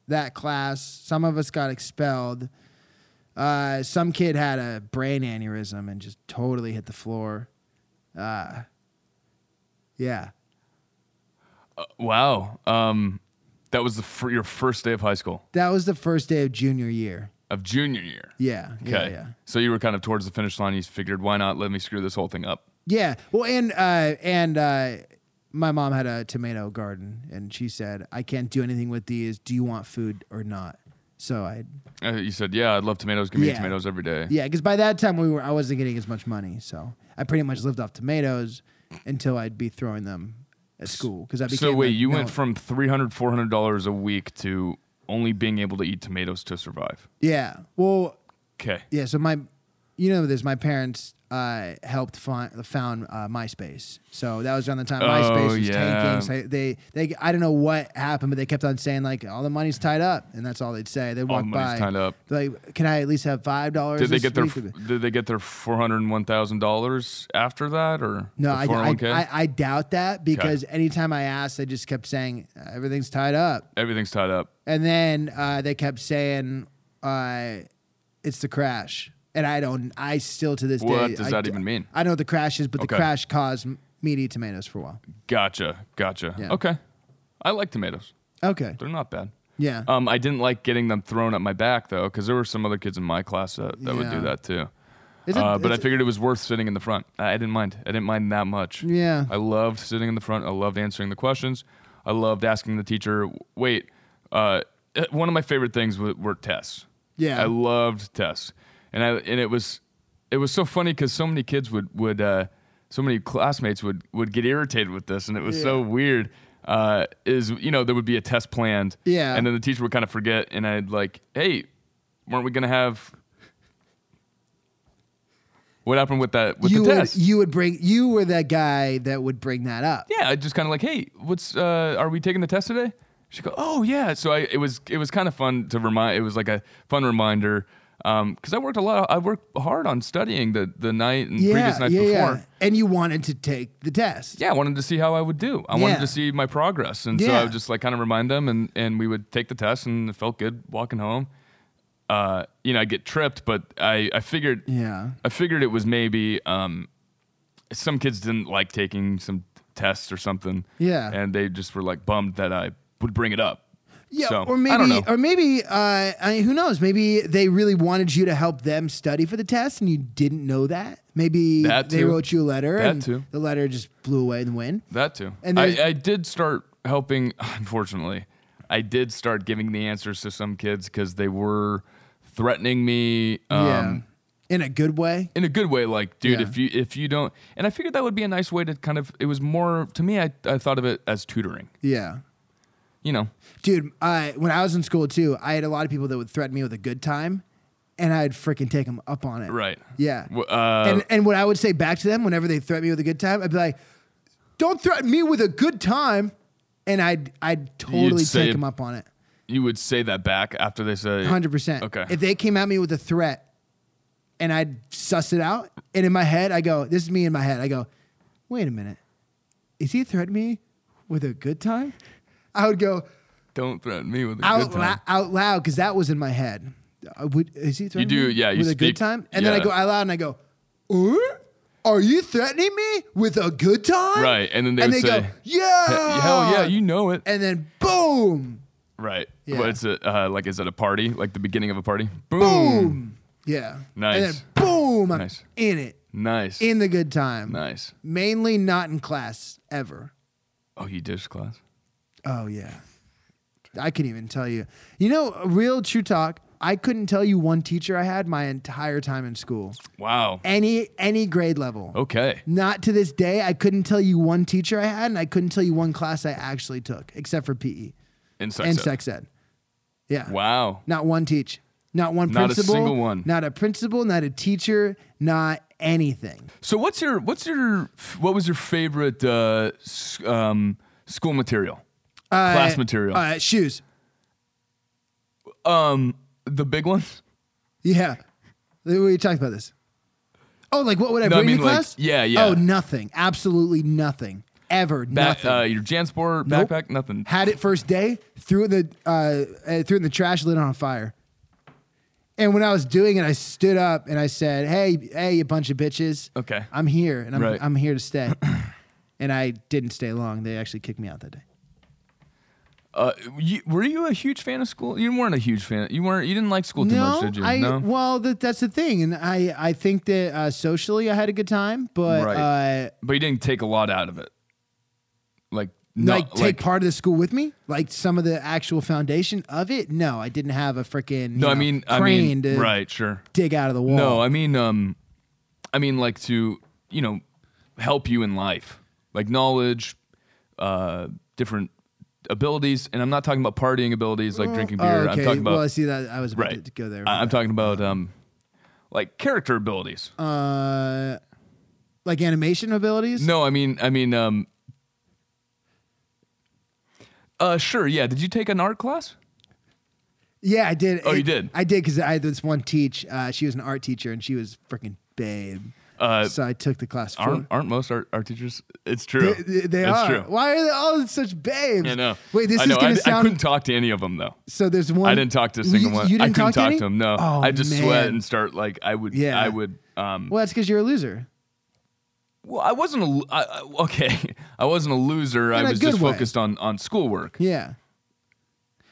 S2: that class. Some of us got expelled, Uh, some kid had a brain aneurysm and just totally hit the floor. Uh, yeah.
S1: Wow. Um, that was the fir- your first day of high school
S2: That was the first day of junior year.
S1: of junior year.
S2: Yeah. Yeah.
S1: Okay.
S2: Yeah.
S1: So you were kind of towards the finish line. You figured, why not let me screw this whole thing up?
S2: Yeah. Well, and uh, and uh, my mom had a tomato garden, and she said, "I can't do anything with these. Do you want food or not?" So I,
S1: Uh, you said, yeah, I love tomatoes. Give me
S2: Yeah.
S1: tomatoes every day.
S2: yeah, because by that time we were, I wasn't getting as much money, so I pretty much lived off tomatoes until I'd be throwing them at school. Because I became
S1: So wait,
S2: like,
S1: you
S2: no-
S1: went from $300, $400 a week to only being able to eat tomatoes to survive.
S2: yeah. Well,
S1: Okay.
S2: yeah. So my, you know this. My parents uh, helped find found uh, MySpace. So that was around the time
S1: Oh,
S2: MySpace was
S1: yeah.
S2: tanking. So they, they I don't know what happened, but they kept on saying like all the money's tied up, and that's all they'd say. They'd
S1: All
S2: walk
S1: the money's
S2: by.
S1: tied up.
S2: They're Like, can I at least have five dollars?
S1: Did they get their Did they get their four hundred one thousand dollars after that, or
S2: No,
S1: the
S2: I, I,
S1: 401k?
S2: I, I doubt that because anytime I asked, they just kept saying everything's tied up,
S1: Everything's tied up.
S2: and then uh, they kept saying uh, it's the crash, and I don't. I still to this
S1: What
S2: day.
S1: does
S2: I
S1: that
S2: d-
S1: even mean?
S2: I know what the crash is, but
S1: Okay.
S2: the crash caused m- me to eat tomatoes for a while.
S1: Gotcha, gotcha.
S2: Yeah.
S1: Okay, I like tomatoes.
S2: Okay.
S1: They're not bad.
S2: Yeah.
S1: Um, I didn't like getting them thrown at my back though, because there were some other kids in my class that, that would
S2: Yeah.
S1: do that too.
S2: Is it-
S1: Uh, but I
S2: is it-
S1: figured it was worth sitting in the front. I I didn't mind. I didn't mind that much.
S2: Yeah.
S1: I loved sitting in the front. I loved answering the questions. I loved asking the teacher. Wait, uh, eh, one of my favorite things were, were tests.
S2: Yeah.
S1: I loved tests, and I and it was it was so funny because so many kids would would uh, so many classmates would would get irritated with this, and it was so weird. Uh, is you know there would be a test planned,
S2: Yeah.
S1: and then the teacher would kind of forget, and I'd like, hey, weren't we gonna have what happened with that with
S2: you
S1: the
S2: would
S1: test?
S2: you would bring you were that guy that would bring that up.
S1: yeah, I just kind of like, hey, what's uh, are we taking the test today? She go, oh yeah. So I it was it was kind of fun to remind. It was like a fun reminder because I worked a lot. I worked hard on studying the the night and
S2: Yeah,
S1: previous nights
S2: yeah,
S1: before.
S2: yeah. And you wanted to take the test.
S1: Yeah, I wanted to see how I would do. I wanted
S2: Yeah.
S1: to see my progress, and so I
S2: Yeah.
S1: would just like kind of remind them, and and we would take the test, and it felt good walking home. Uh, you know, I get tripped, but I I figured
S2: Yeah.
S1: I figured it was maybe um, some kids didn't like taking some tests or something.
S2: Yeah.
S1: and they just were like bummed that I would bring it up.
S2: Yeah,
S1: So,
S2: or maybe,
S1: I don't know.
S2: or maybe, uh, I mean, who knows? Maybe they really wanted you to help them study for the test, and you didn't know that. Maybe
S1: That
S2: they
S1: too.
S2: wrote you a letter,
S1: That
S2: and
S1: too.
S2: the letter just blew away in the wind.
S1: That too.
S2: And there's-
S1: I, I did start helping, unfortunately. I did start giving the answers to some kids because they were threatening me. Um,
S2: yeah, in a good way.
S1: in a good way like dude
S2: Yeah.
S1: if you if you don't and i figured that would be a nice way to kind of it was more to me i, I thought of it as tutoring
S2: Yeah,
S1: you know
S2: dude. I when I was in school too, I had a lot of people that would threaten me with a good time, and I'd freaking take them up on it.
S1: right
S2: Yeah.
S1: W- uh,
S2: and and what I would say back to them whenever they threatened me with a good time, I'd be like, "Don't threaten me with a good time," and I'd I'd totally
S1: say-
S2: take them up on it.
S1: you would say that back after they say
S2: Hundred percent.
S1: okay
S2: If they came at me with a threat, and I'd suss it out, and in my head I go, "This is me." In my head I go, "Wait a minute, is he threatening me with a good time?" I would go
S1: don't threaten me with a good
S2: out
S1: time.
S2: lou- out loud because that was in my head. I would, is he threatening
S1: do,
S2: me
S1: yeah, you
S2: with a
S1: speak-
S2: good time? And then
S1: yeah.
S2: I go out loud and I go, "Uh, "Are you threatening me with a good time?"
S1: Right, and then they
S2: and
S1: would
S2: they go, "Oh!"
S1: say,
S2: "Yeah,
S1: hell yeah you know it
S2: And then boom,
S1: right
S2: Yeah.
S1: what's it uh, like is it a party like the beginning of a party
S2: boom, yeah, and then
S1: Nice.
S2: boom, I'm
S1: Nice.
S2: in it.
S1: nice
S2: in the good time.
S1: nice
S2: Mainly not in class ever.
S1: oh you dish class
S2: Oh yeah. I can even tell you. You know, real true talk, I couldn't tell you one teacher I had my entire time in school.
S1: wow
S2: Any any grade level.
S1: okay
S2: Not to this day, I couldn't tell you one teacher I had and I couldn't tell you one class I actually took except for PE
S1: insect
S2: and
S1: set.
S2: sex ed. Yeah.
S1: wow
S2: Not one teach. Not one
S1: Not a
S2: principal.
S1: single one.
S2: Not a principal, not a teacher, not anything.
S1: So what's your what's your what was your favorite uh, s- um, school material? Class
S2: Uh,
S1: material.
S2: Uh, shoes.
S1: um, the big ones.
S2: Yeah. We talked about this. Oh, like what would I
S1: No, I
S2: bring
S1: mean,
S2: to
S1: like,
S2: class?
S1: yeah, yeah.
S2: Oh, nothing. Absolutely nothing. Ever.
S1: Back,
S2: nothing.
S1: uh, your JanSport
S2: Nope.
S1: backpack, nothing.
S2: Had it first day, threw it in the uh, uh, threw it in the trash, lit it on fire. And when I was doing it, I stood up and I said, "Hey, hey, you bunch of bitches!
S1: Okay.
S2: I'm here and I'm
S1: Right.
S2: I'm here to stay." and I didn't stay long. They actually kicked me out that day.
S1: Uh, you, were you a huge fan of school? You weren't a huge fan. You weren't. You didn't like school too much, did you?
S2: I,
S1: no.
S2: Well, that, that's the thing, and I I think that uh, socially I had a good time, but
S1: Right.
S2: uh,
S1: but you didn't take a lot out of it. Like, not,
S2: like take part of the school with me, like some of the actual foundation of it. No, I didn't have a freaking
S1: No, I mean, I
S2: crane
S1: mean,
S2: to
S1: right, sure.
S2: dig out of the wall.
S1: No, I mean, um, I mean, like to you know, help you in life, like knowledge, uh, different abilities, and I'm not talking about partying abilities like drinking
S2: Oh,
S1: beer.
S2: okay.
S1: I'm talking about
S2: well, I see that I was about
S1: right.
S2: to go there.
S1: I- I'm talking about um, like character abilities.
S2: uh, like animation abilities.
S1: No, I mean, I mean, um, uh, sure, yeah. Did you take an art class?
S2: Yeah, I did.
S1: Oh, you
S2: It-
S1: did?
S2: I did because I had this one teach. Uh, she was an art teacher, and she was freaking babe.
S1: Uh,
S2: so I took the class. for
S1: Aren't aren't most art, art teachers? It's true.
S2: They, they- they
S1: it's
S2: are.
S1: true.
S2: Why are they all such babes?
S1: I know.
S2: Wait, this
S1: I know.
S2: is gonna
S1: I, d- I
S2: sound.
S1: couldn't talk to any of them though.
S2: so there's one.
S1: I didn't talk to a single
S2: you,
S1: one.
S2: You didn't
S1: I couldn't talk
S2: any?
S1: to them. No,
S2: Oh,
S1: I just
S2: man.
S1: sweat and start like I would.
S2: Yeah.
S1: I would. Um,
S2: Well, that's because you're a loser.
S1: well, I wasn't a. lo- I, I- okay, I wasn't a loser.
S2: In
S1: I
S2: a
S1: was
S2: good
S1: just
S2: way.
S1: focused on on schoolwork.
S2: Yeah.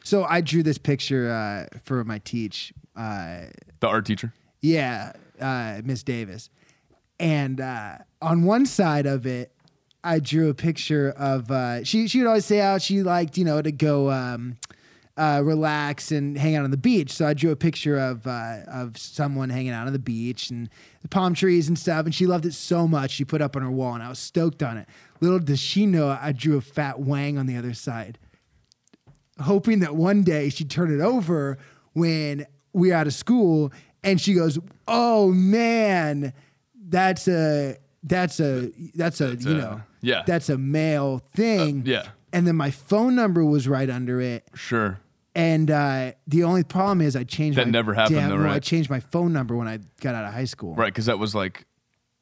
S2: So I drew this picture uh, for my teach. Uh,
S1: The art teacher.
S2: Yeah, uh, Miss Davis. And uh, on one side of it, I drew a picture of uh, she. She would always say how she liked, you know, to go um, uh, relax and hang out on the beach. So I drew a picture of uh, of someone hanging out on the beach and the palm trees and stuff. And she loved it so much she put up on her wall, and I was stoked on it. Little does she know, I drew a fat wang on the other side hoping that one day she'd turn it over when we're out of school and she goes, Oh man, that's a that's a that's a you
S1: a-
S2: know
S1: yeah. Uh,
S2: that's a male thing.
S1: yeah.
S2: And then my phone number was right under it.
S1: Sure.
S2: And uh, the only problem is I changed
S1: That
S2: my
S1: never happened, though,
S2: well, I
S1: right?
S2: changed my phone number when I got out of high school.
S1: Right, because that was like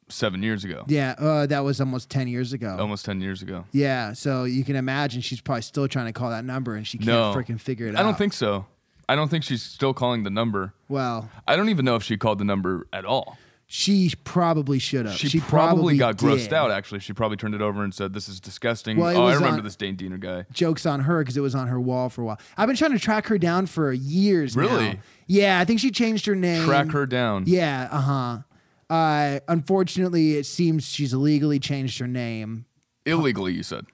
S1: seven years ago,
S2: Yeah, uh, that was almost ten years ago.
S1: almost ten years ago.
S2: Yeah, so you can imagine she's probably still trying to call that number and she can't
S1: No,
S2: freaking figure it out.
S1: I don't think so. I don't think she's still calling the number.
S2: Well,
S1: I don't even know if she called the number at all.
S2: She probably should have.
S1: She, probably, got grossed
S2: did.
S1: out. Actually, she probably turned it over and said, "This is disgusting."
S2: Well, it
S1: oh, I
S2: was uh,
S1: remember
S2: on-
S1: this Dane Diener guy.
S2: Jokes on her because it was on her wall for a while. I've been trying to track her down for years. now.
S1: Really?
S2: Yeah, I think she changed her name.
S1: Track her down.
S2: Yeah. Uh huh. Uh, unfortunately, it seems she's illegally changed her name.
S1: Illegally, you said.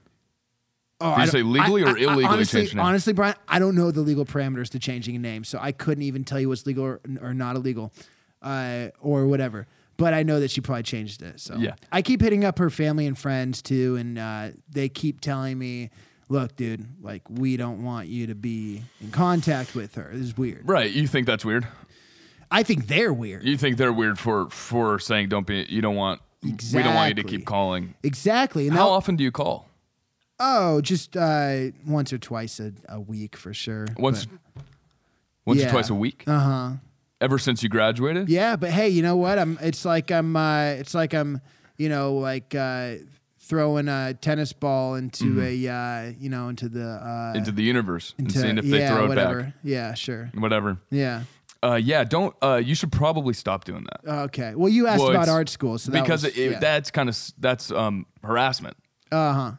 S2: Oh,
S1: Did
S2: I
S1: you say
S2: don't-
S1: legally
S2: I-
S1: or
S2: I- I-
S1: illegally
S2: honestly,
S1: changed your name?
S2: Honestly, Brian, I don't know the legal parameters to changing a name, so I couldn't even tell you what's legal or, or not illegal, uh, or whatever. But I know that she probably changed it. So
S1: Yeah.
S2: I keep hitting up her family and friends too, and uh, they keep telling me, "Look, dude, like we don't want you to be in contact with her. This is weird."
S1: Right. You think that's weird?
S2: I think they're weird.
S1: You think they're weird for for saying don't be. You don't want. We don't want you to
S2: Exactly.
S1: keep calling.
S2: Exactly. And
S1: How
S2: they'll-
S1: often do you call?
S2: oh, just uh, once or twice a, a week for sure.
S1: Once. Once
S2: Yeah.
S1: or twice a week.
S2: Uh huh.
S1: Ever since you graduated.
S2: Yeah, but hey, you know what? I'm. It's like I'm. Uh, it's like I'm. You know, like uh, throwing a tennis ball into a. Uh, you know, into the. Uh,
S1: Mm-hmm. Into the universe and
S2: into-
S1: seeing if
S2: yeah,
S1: they throw it
S2: whatever.
S1: back.
S2: Yeah, sure.
S1: Whatever.
S2: Yeah.
S1: Uh, yeah. Don't. Uh, you should probably stop doing that.
S2: Okay. Well, you asked
S1: Well,
S2: about
S1: it's-
S2: art school, so that
S1: because
S2: was,
S1: it,
S2: yeah.
S1: that's kind of that's um, harassment.
S2: Uh huh.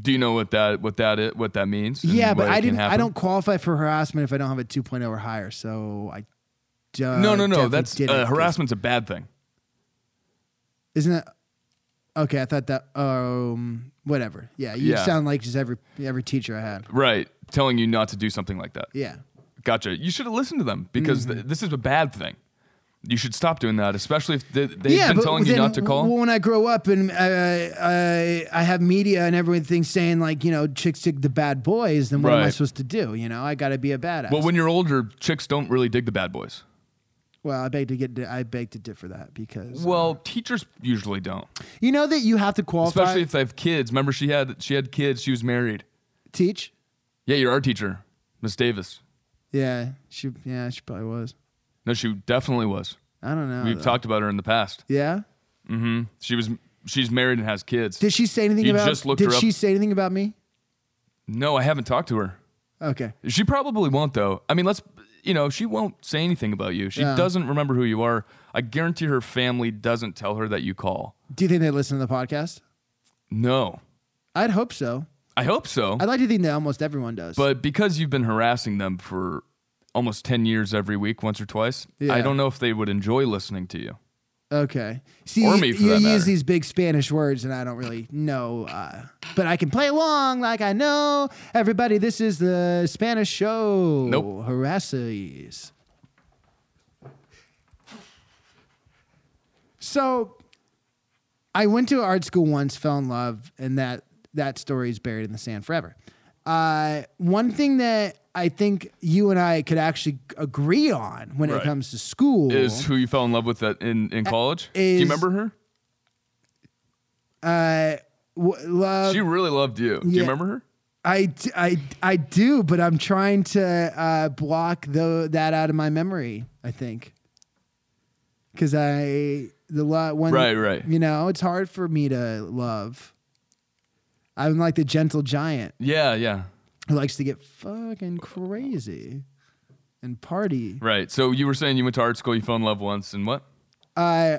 S1: Do you know what that what that is, what that means? and
S2: Yeah,
S1: what
S2: but
S1: it
S2: I
S1: can
S2: didn't. I
S1: happen?
S2: don't qualify for harassment if I don't have a 2.0 or higher. So I. Uh,
S1: No, no, no.
S2: definitely
S1: That's
S2: didn't.
S1: uh, harassment's a bad thing.
S2: Isn't it? Okay, I thought that. Um, whatever. Yeah, you
S1: Yeah.
S2: sound like just every every teacher I had.
S1: Right, telling you not to do something like that.
S2: Yeah. Mm-hmm.
S1: Gotcha. You should have listened to them because th- this is a bad thing. You should stop doing that, especially if they, they've been telling you
S2: then
S1: not to call.
S2: w- When I grow up and uh, I, I have media and everything saying like you know chicks dig the bad boys, then what am I
S1: Right.
S2: supposed to do? You know, I got to be a badass.
S1: well, when you're older, chicks don't really dig the bad boys.
S2: well, I beg to get I beg to differ that because
S1: Well, teachers usually don't,
S2: you know that you have to qualify.
S1: especially if they have kids. Remember, she had she had kids. She was married.
S2: teach.
S1: Yeah, your art teacher, Miss Davis.
S2: Yeah, she yeah she probably was.
S1: No, she definitely was.
S2: I don't know.
S1: We've
S2: though.
S1: talked about her in the past.
S2: Yeah.
S1: hmm She was she's married and has kids.
S2: Did she say anything
S1: You
S2: about?
S1: just looked
S2: did
S1: her up.
S2: she say anything about me?
S1: no, I haven't talked to her.
S2: Okay.
S1: She probably won't though. I mean, let's you know, she won't say anything about you. She
S2: Yeah.
S1: doesn't remember who you are. I guarantee her family doesn't tell her that you call.
S2: Do you think they listen to the podcast?
S1: No.
S2: I'd hope so.
S1: I hope so.
S2: I'd like to think that almost everyone does.
S1: But because you've been harassing them for almost 10 years every week, once or twice,
S2: Yeah.
S1: I don't know if they would enjoy listening to you.
S2: okay, see,
S1: Or me, for
S2: you
S1: that
S2: use
S1: matter.
S2: these big Spanish words, and I don't really know. Uh, but I can play along, like I know everybody. This is the Spanish show.
S1: Nope.
S2: harasses. So, I went to art school once, fell in love, and that that story is buried in the sand forever. Uh, one thing that I think you and I could actually agree on when it
S1: Right.
S2: comes to school
S1: Is who you fell in love with at, in, in college? Do
S2: is-
S1: you remember her?
S2: uh, w- love.
S1: She really loved you. Do
S2: yeah.
S1: you remember her?
S2: I, d- I, I do, but I'm trying to uh, block tho- that out of my memory. I think because I the lo- one
S1: Right, right.
S2: You know, it's hard for me to love. I'm like the gentle giant
S1: Yeah, yeah.
S2: who likes to get fucking crazy and party.
S1: Right. So you were saying you went to art school, you fell in love once, and what?
S2: Uh,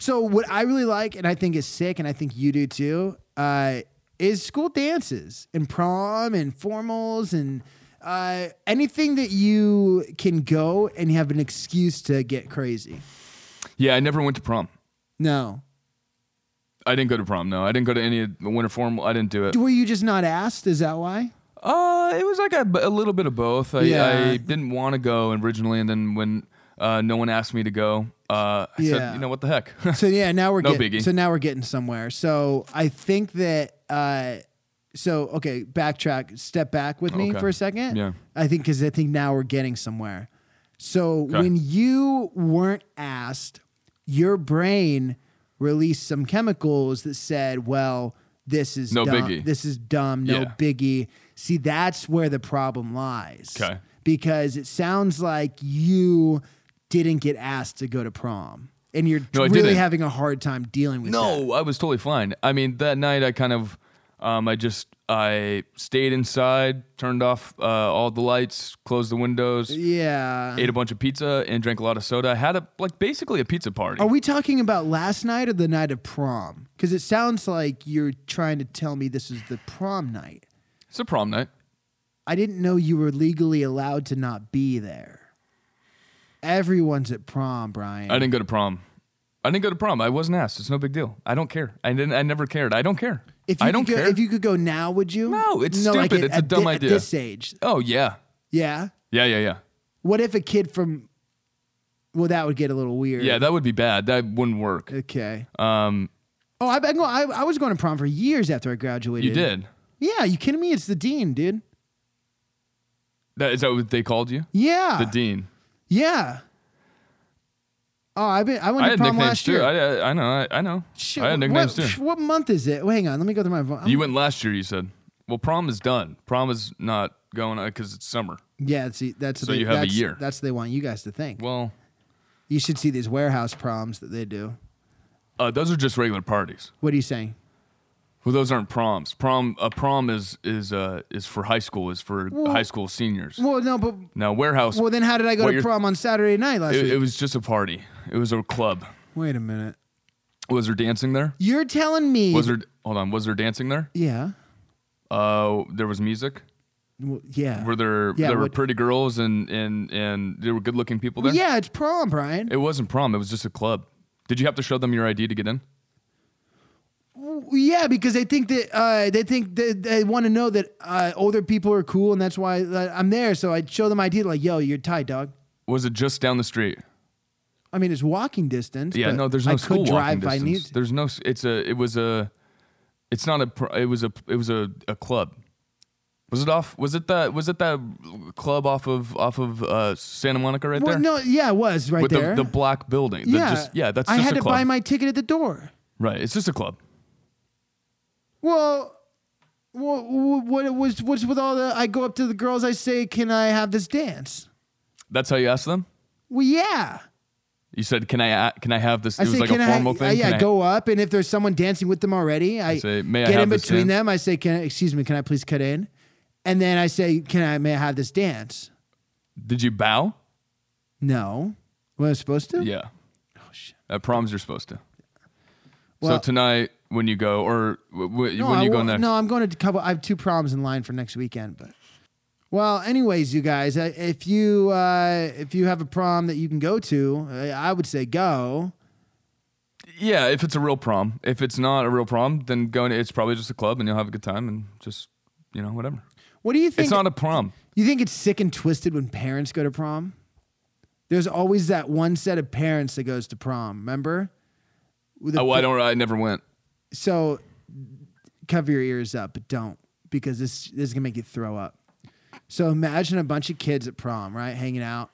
S2: so what I really like, and I think is sick, and I think you do too, uh, is school dances and prom and formals and uh, anything that you can go and have an excuse to get crazy.
S1: Yeah, I never went to prom.
S2: No,
S1: I didn't go to prom. No, I didn't go to any of the winter formal. I didn't do it.
S2: were you just not asked? Is that why?
S1: Uh, it was like a, a little bit of both. I,
S2: Yeah.
S1: I didn't want to go originally, and then when uh, no one asked me to go, uh, I
S2: Yeah.
S1: said, you know what the heck?
S2: So yeah, now we're
S1: No
S2: getting,
S1: biggie.
S2: so now we're getting somewhere. So I think that uh, so okay, backtrack, step back with me
S1: Okay.
S2: for a second.
S1: Yeah.
S2: I think because I think now we're getting somewhere. So
S1: Okay.
S2: when you weren't asked, your brain released some chemicals that said, "Well, this is
S1: No
S2: dumb.
S1: biggie.
S2: This is dumb. No
S1: Yeah.
S2: biggie." See, that's where the problem lies.
S1: Okay.
S2: Because it sounds like you didn't get asked to go to prom. And you're
S1: No, I
S2: really
S1: didn't.
S2: having a hard time dealing with that.
S1: No, I was totally fine. I mean, that night I kind of, um, I just I stayed inside, turned off uh, all the lights, closed the windows,
S2: Yeah.
S1: ate a bunch of pizza, and drank a lot of soda. I had a like basically a pizza party.
S2: Are Oh, we talking about last night or the night of prom? Because it sounds like you're trying to tell me this is the prom night.
S1: It's a prom night.
S2: I didn't know you were legally allowed to not be there. Everyone's at prom, Brian.
S1: I didn't go to prom. I didn't go to prom. I wasn't asked. It's no big deal. I don't care. I didn't. I never cared. I don't care.
S2: if you
S1: I
S2: could
S1: don't
S2: go,
S1: care.
S2: If you could go now, would you?
S1: No, it's
S2: like
S1: stupid.
S2: at-
S1: It's a
S2: at
S1: dumb
S2: thi-
S1: idea.
S2: At this age,
S1: oh yeah,
S2: yeah.
S1: yeah, yeah, yeah,
S2: What if a kid from? Well, that would get a little weird.
S1: yeah. That would be bad. That wouldn't work.
S2: okay.
S1: Um,
S2: Oh, I've been going. I, I was going to prom for years after I graduated.
S1: you did.
S2: Yeah, you kidding me? It's the dean, dude.
S1: That is that what they called you?
S2: Yeah.
S1: The dean.
S2: Yeah. Oh, I've been. I went
S1: I
S2: to
S1: had
S2: prom
S1: nicknames
S2: last
S1: too.
S2: year.
S1: I, I, I know. I, I know.
S2: Shit,
S1: I had nicknames
S2: what,
S1: too.
S2: What month is it? Well, hang on. Let me go through my. phone.
S1: You went last year. You said, "Well, prom is done. Prom is not going because it's summer."
S2: Yeah, see, that's
S1: So
S2: the,
S1: you have a
S2: that's-
S1: year.
S2: That's what they want you guys to think.
S1: Well,
S2: You should see these warehouse proms that they do.
S1: uh, those are just regular parties.
S2: What are you saying?
S1: Well, those aren't proms. Prom a prom is is uh is for high school. Is for high school seniors.
S2: Well, no, but
S1: Now warehouse.
S2: well, then how did I go
S1: What
S2: to
S1: you're-
S2: prom on Saturday night last
S1: it,
S2: week?
S1: it was just a party. It was a club.
S2: Wait a minute.
S1: Was there dancing there?
S2: You're telling me?
S1: Was there? Hold on. Was there dancing there?
S2: yeah,
S1: Uh, there was music.
S2: well, yeah,
S1: Were there?
S2: Yeah,
S1: there were
S2: what-
S1: pretty girls and and and there were good looking people there.
S2: yeah. It's prom, Brian.
S1: It wasn't prom. It was just a club. Did you have to show them your ID to get in?
S2: Yeah, because they think that uh, they think that they want to know that uh, older people are cool, and that's why uh, I'm there. So I show them ID, like, "Yo, you're tied, dog."
S1: Was it just down the street?
S2: I mean, it's walking distance.
S1: Yeah,
S2: but
S1: no, there's no
S2: I
S1: school
S2: could
S1: walking
S2: drive if
S1: distance.
S2: I need.
S1: There's no. s- It's a. It was a. It's not a. pr- It was a. It was a, a club. Was it off? Was it that? Was it that club off of off of uh, Santa Monica right
S2: Well,
S1: there?
S2: no, yeah, it was right
S1: With
S2: there.
S1: the, the black building. The
S2: yeah,
S1: just- yeah. That's
S2: I
S1: just
S2: had
S1: a
S2: to
S1: club.
S2: buy my ticket at the door.
S1: right. It's just a club.
S2: Well, what, what was what's with all the? I go up to the girls. I say, "Can I have this dance?"
S1: That's how you asked them.
S2: Well, yeah.
S1: You said, "Can I? a- Can I have this?"
S2: I
S1: it was
S2: say,
S1: like
S2: "Can
S1: a formal
S2: I?"
S1: thing.
S2: I- yeah,
S1: Can
S2: I
S1: I-
S2: go up, and if there's someone dancing with them already, I,
S1: say, "May I
S2: get
S1: have
S2: in
S1: this
S2: between
S1: dance?"
S2: them. I say, "Can excuse me? Can I please cut in?" And then I say, "Can I? May I have this dance?"
S1: Did you bow?
S2: No. Was I supposed to?
S1: Yeah.
S2: Oh, shit.
S1: At proms, you're supposed to.
S2: Well-
S1: so tonight, when you go, or w- w- when
S2: I
S1: you go
S2: won't-
S1: next,
S2: No, I'm going to a couple. I have two problems in line for next weekend, but. Well, anyways, you guys, uh, if you uh, if you have a prom that you can go to, uh, I would say go.
S1: yeah, if it's a real prom. If it's not a real prom, then going. It's probably just a club, and you'll have a good time, and just you know whatever.
S2: What do you think?
S1: It's not a prom.
S2: you think it's sick and twisted when parents go to prom? There's always that one set of parents that goes to prom. Remember? With a-
S1: Oh, I don't. I never went.
S2: So cover your ears up, but don't because this this is gonna make you throw up. So imagine a bunch of kids at prom, right, hanging out,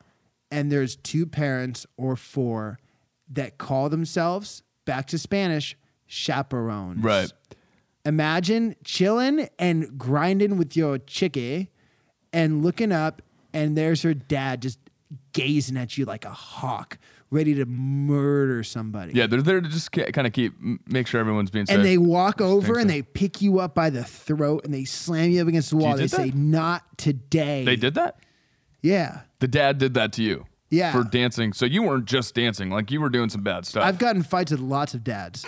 S2: and there's two parents or four that call themselves back to Spanish chaperones.
S1: Right.
S2: Imagine chilling and grinding with your chicky and looking up, and there's her dad just gazing at you like a hawk, ready to murder somebody.
S1: Yeah, they're there to just kind of keep m- make sure everyone's being safe.
S2: And they walk over
S1: think
S2: and
S1: so.
S2: they pick you up by the throat and they slam you up against the wall. They
S1: did
S2: say,
S1: that?
S2: "Not today."
S1: They did that.
S2: Yeah,
S1: The dad did that to you.
S2: Yeah.
S1: For dancing. So you weren't just dancing. Like you were doing some bad stuff.
S2: I've gotten fights with lots of dads.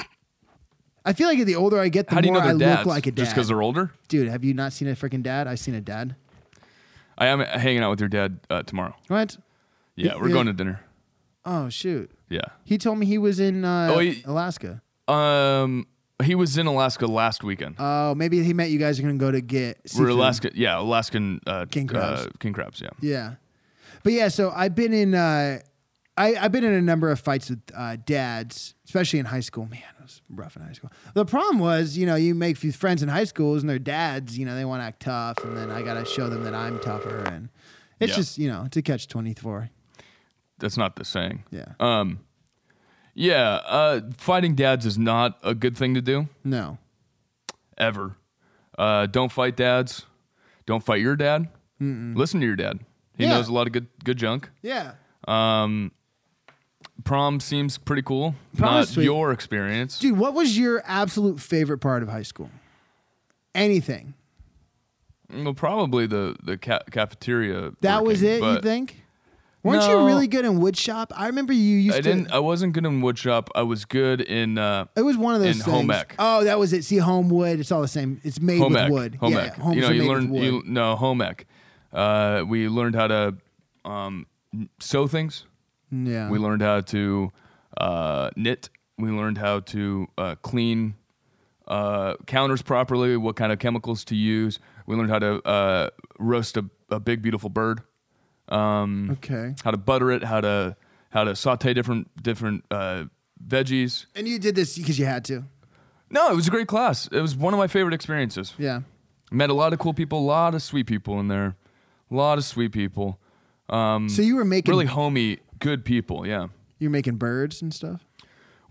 S2: I feel like the older I get, the
S1: How do you
S2: more
S1: know they're
S2: I
S1: dads?
S2: look like a dad.
S1: Just because they're older.
S2: Dude, have you not seen a freaking dad? I've seen a dad.
S1: I am hanging out with your dad uh, tomorrow.
S2: What?
S1: Yeah,
S2: Y-
S1: we're
S2: yeah.
S1: going to dinner.
S2: Oh shoot!
S1: Yeah.
S2: He told me he was in uh,
S1: Oh, he-
S2: Alaska.
S1: Um, he was in Alaska last weekend.
S2: Oh, maybe he meant you guys are gonna go to get.
S1: we're
S2: seafood.
S1: Alaska. Yeah, Alaskan uh,
S2: King crabs.
S1: Uh, king crabs. Yeah.
S2: Yeah, but yeah. So I've been in. Uh, I, I've been in a number of fights with uh, dads, especially in high school. Man, it was rough in high school. The problem was, you know, you make few friends in high schools and their dads, you know, they want to act tough, and then I gotta show them that I'm tougher, and it's
S1: Yeah.
S2: just, you know, to catch twenty four.
S1: That's not the saying.
S2: Yeah.
S1: Um, yeah. Uh, fighting dads is not a good thing to do
S2: no.
S1: ever. Uh, don't fight dads. Don't fight your dad. Listen to your dad. He
S2: Yeah.
S1: knows a lot of good good junk.
S2: Yeah.
S1: Um, prom seems pretty cool.
S2: Prom
S1: Not
S2: is sweet.
S1: your experience.
S2: Dude, what was your absolute favorite part of high school? Anything.
S1: Well, probably the the ca- cafeteria.
S2: That
S1: working,
S2: was it, you
S1: but
S2: think? Weren't you
S1: No.
S2: really good in wood shop? I remember you used
S1: I
S2: to
S1: didn't. I wasn't good in wood shop. I was good in uh,
S2: It was one of those
S1: And
S2: things.
S1: home ec.
S2: Oh, that was it. See, home wood. It's all the same. It's made
S1: home
S2: with
S1: ec.
S2: wood.
S1: Home
S2: yeah,
S1: ec.
S2: homes
S1: you know,
S2: are
S1: you
S2: made
S1: learned.
S2: with wood.
S1: You, no home ec. Uh, we learned how to um, sew things.
S2: yeah.
S1: We learned how to uh, knit. We learned how to uh, clean uh, counters properly. What kind of chemicals to use. We learned how to uh, roast a, a big beautiful bird. Um,
S2: okay.
S1: how to butter it, how to how to saute different different uh, veggies.
S2: And you did this because you had to.
S1: No, it was a great class. It was one of my favorite experiences.
S2: Yeah.
S1: Met a lot of cool people, a lot of sweet people in there, a lot of sweet people,
S2: so you were making
S1: Mm. really homey, good people. Yeah,
S2: you were making birds and stuff.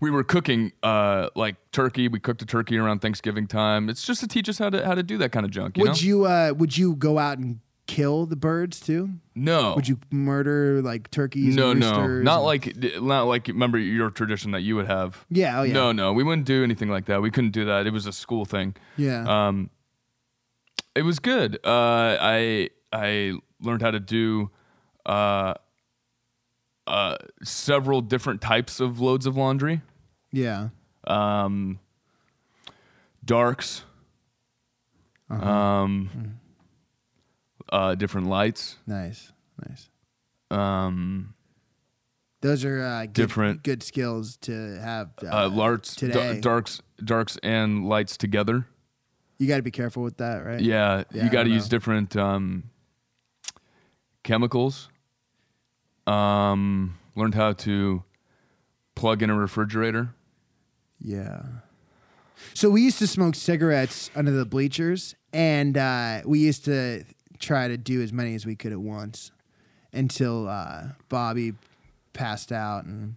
S1: we were cooking uh, like turkey. We cooked a turkey around Thanksgiving time. It's just to teach us how to how to do that kind of junk. You
S2: would
S1: know?
S2: you uh would you go out and kill the birds too?
S1: No.
S2: Would you murder like turkeys?
S1: No,
S2: and
S1: no,
S2: roosters
S1: not
S2: and-
S1: like not like. Remember your tradition that you would have.
S2: Yeah, oh, yeah.
S1: No, no, we wouldn't do anything like that. We couldn't do that. It was a school thing.
S2: Yeah.
S1: Um, it was good. Uh, I I learned how to do uh, uh, several different types of loads of laundry,
S2: yeah.
S1: um, darks,
S2: Uh-huh.
S1: um,
S2: Hmm.
S1: uh, different lights,
S2: Nice. Nice.
S1: um,
S2: Those are uh, good,
S1: Different-
S2: good skills to have. Uh,
S1: uh, larts, d-
S2: today.
S1: darks, darks, and lights together.
S2: you got to be careful with that, right?
S1: Yeah,
S2: Yeah, I
S1: you got to
S2: don't
S1: use
S2: know.
S1: different um, chemicals. Um, learned how to plug in a refrigerator.
S2: Yeah. So we used to smoke cigarettes under the bleachers, and uh, we used to try to do as many as we could at once until uh, Bobby passed out, and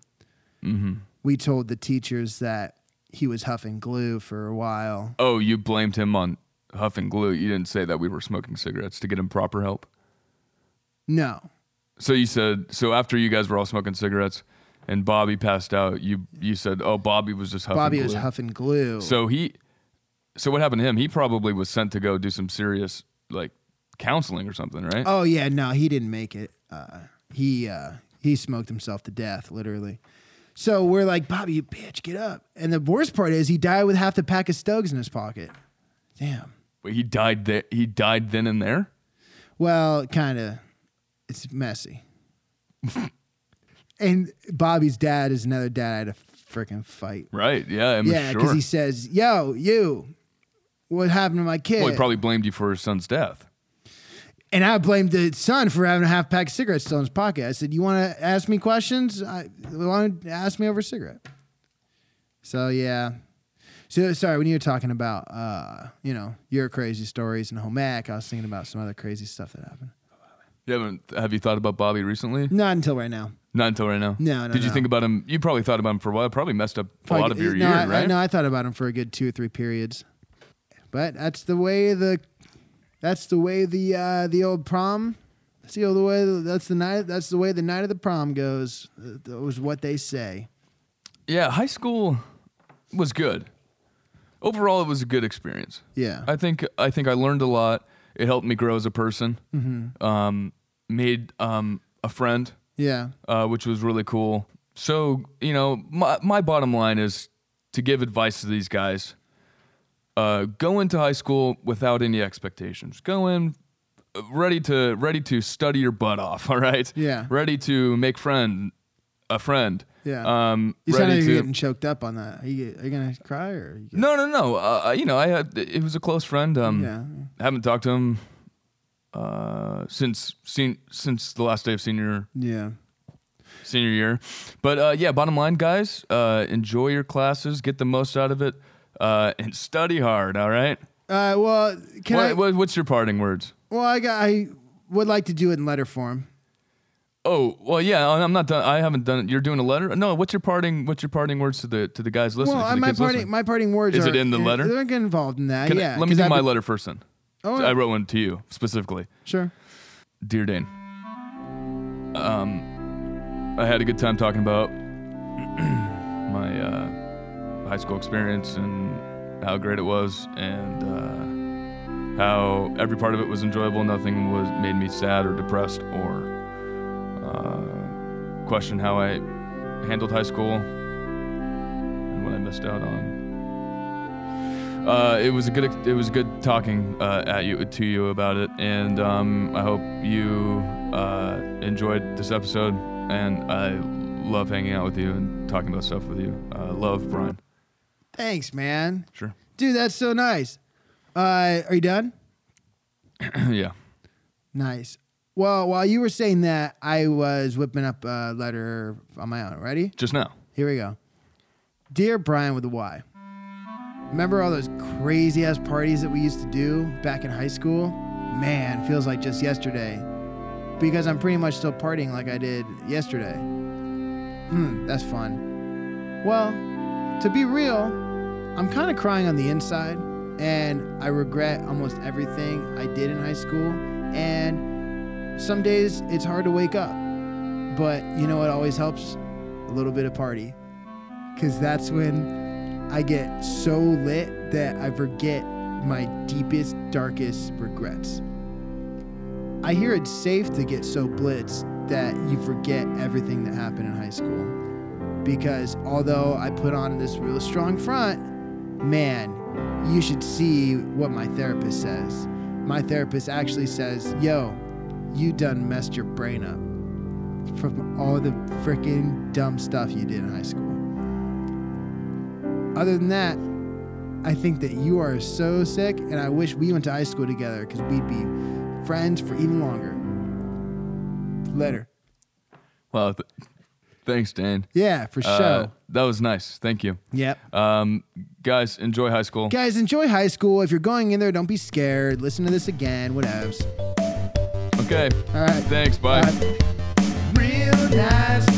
S2: we told the teachers that he was huffing glue for a while.
S1: Oh, you blamed him on huffing glue. You didn't say that we were smoking cigarettes to get him proper help.
S2: No,
S1: So you said so after you guys were all smoking cigarettes and Bobby passed out. You you said, "Oh, Bobby was just huffing
S2: Bobby
S1: glue."
S2: was huffing glue.
S1: so he so what happened to him? He probably was sent to go do some serious like counseling or something, right?
S2: Oh yeah, no, he didn't make it. Uh, he uh, he smoked himself to death, literally. So we're like, Bobby, you bitch, get up. And the worst part is, he died with half the pack of Stugs in his pocket. Damn.
S1: But he died there. He died then and there.
S2: Well, kind of. It's messy. and Bobby's dad is another dad I had a freaking fight.
S1: Right. Yeah. I'm
S2: yeah, because
S1: sure.
S2: he says, "Yo, you, what happened to my kid?"
S1: well, he probably blamed you for his son's death.
S2: And I blamed the son for having a half pack of cigarettes still in his pocket. I said, "You want to ask me questions? I want to ask me over a cigarette." So yeah, so sorry when you were talking about uh, you know your crazy stories and home ec, I was thinking about some other crazy stuff that happened.
S1: You haven't? Have you thought about Bobby recently?
S2: Not until right now.
S1: Not until right now.
S2: No, no,
S1: Did you
S2: no.
S1: think about him? You probably thought about him for a while. Probably messed up a lot of your
S2: no,
S1: year,
S2: I, I-
S1: right?
S2: no, I thought about him for a good two or three periods, but that's the way the, that's the way the uh, the old prom, that's the old way. That's the night. That's the way the night of the prom goes. That was what they say.
S1: Yeah, high school was good. Overall, it was a good experience.
S2: Yeah.
S1: I think I think I learned a lot. It helped me grow as a person.
S2: Mm-hmm.
S1: Um, made um, a friend,
S2: yeah.
S1: uh, which was really cool. So you know, my my bottom line is to give advice to these guys. Uh, go into high school without any expectations. Go in uh, ready to ready to study your butt off. All right.
S2: Yeah.
S1: Ready to make friend a friend.
S2: Yeah.
S1: Um,
S2: You sound
S1: ready
S2: like
S1: to
S2: you're getting choked up on that. Are you, are you gonna cry or? Are you
S1: no, no, no. Uh, you know, I had it was a close friend. Um,
S2: Yeah.
S1: haven't talked to him uh, since sen- since the last day of senior
S2: yeah.
S1: senior year. But uh, yeah, bottom line, guys, uh, enjoy your classes, get the most out of it, uh, and study hard. All right.
S2: Uh, well, can
S1: What,
S2: I?
S1: what, what's your parting words?
S2: well, I got. I would like to do it in letter form.
S1: Oh well, yeah. I'm not done. I haven't done. it. You're doing a letter. No. What's your parting? What's your parting words to the to the guys listening?
S2: Well,
S1: to
S2: I,
S1: the
S2: my
S1: kids
S2: parting
S1: listening?
S2: my parting words
S1: Is
S2: are,
S1: it in the letter?
S2: They're involved in that.
S1: Can I-
S2: yeah.
S1: let me
S2: 'cause
S1: do
S2: I've
S1: my
S2: been-
S1: letter first. Then
S2: Oh,
S1: I wrote one to you specifically.
S2: sure.
S1: Dear Dane, um, I had a good time talking about my uh, high school experience and how great it was, and uh, how every part of it was enjoyable. Nothing was made me sad or depressed or uh, question how I handled high school and what I missed out on. Uh, it was a good it was good talking uh, at you to you about it, and um, I hope you uh, enjoyed this episode. And I love hanging out with you and talking about stuff with you. Uh, love Brian.
S2: Thanks, man.
S1: Sure.
S2: Dude, that's so nice. Uh, are you done?
S1: yeah.
S2: Nice. Well, while you were saying that, I was whipping up a letter on my own. Ready?
S1: Just now.
S2: Here we go. Dear Brian with a Y, remember all those crazy ass parties that we used to do back in high school? Man, feels like just yesterday. Because I'm pretty much still partying like I did yesterday. Hmm, that's fun. Well, to be real, I'm kind of crying on the inside, and I regret almost everything I did in high school, and some days it's hard to wake up. But you know what always helps? A little bit of party. Because that's when I get so lit that I forget my deepest, darkest regrets. I hear it's safe to get so blitzed that you forget everything that happened in high school. Because although I put on this real strong front, man, you should see what my therapist says. My therapist actually says, yo, you done messed your brain up from all the freaking dumb stuff you did in high school. Other than that, I think that you are so sick, and I wish we went to high school together because we'd be friends for even longer. Letter.
S1: Well, th- thanks, Dan.
S2: Yeah, for
S1: Uh,
S2: sure.
S1: that was nice. Thank you.
S2: Yep.
S1: Um, guys, enjoy high school.
S2: Guys, enjoy high school. If you're going in there, don't be scared. Listen to this again, whatevs.
S1: Okay.
S2: All right.
S1: Thanks. Bye.
S2: Real nice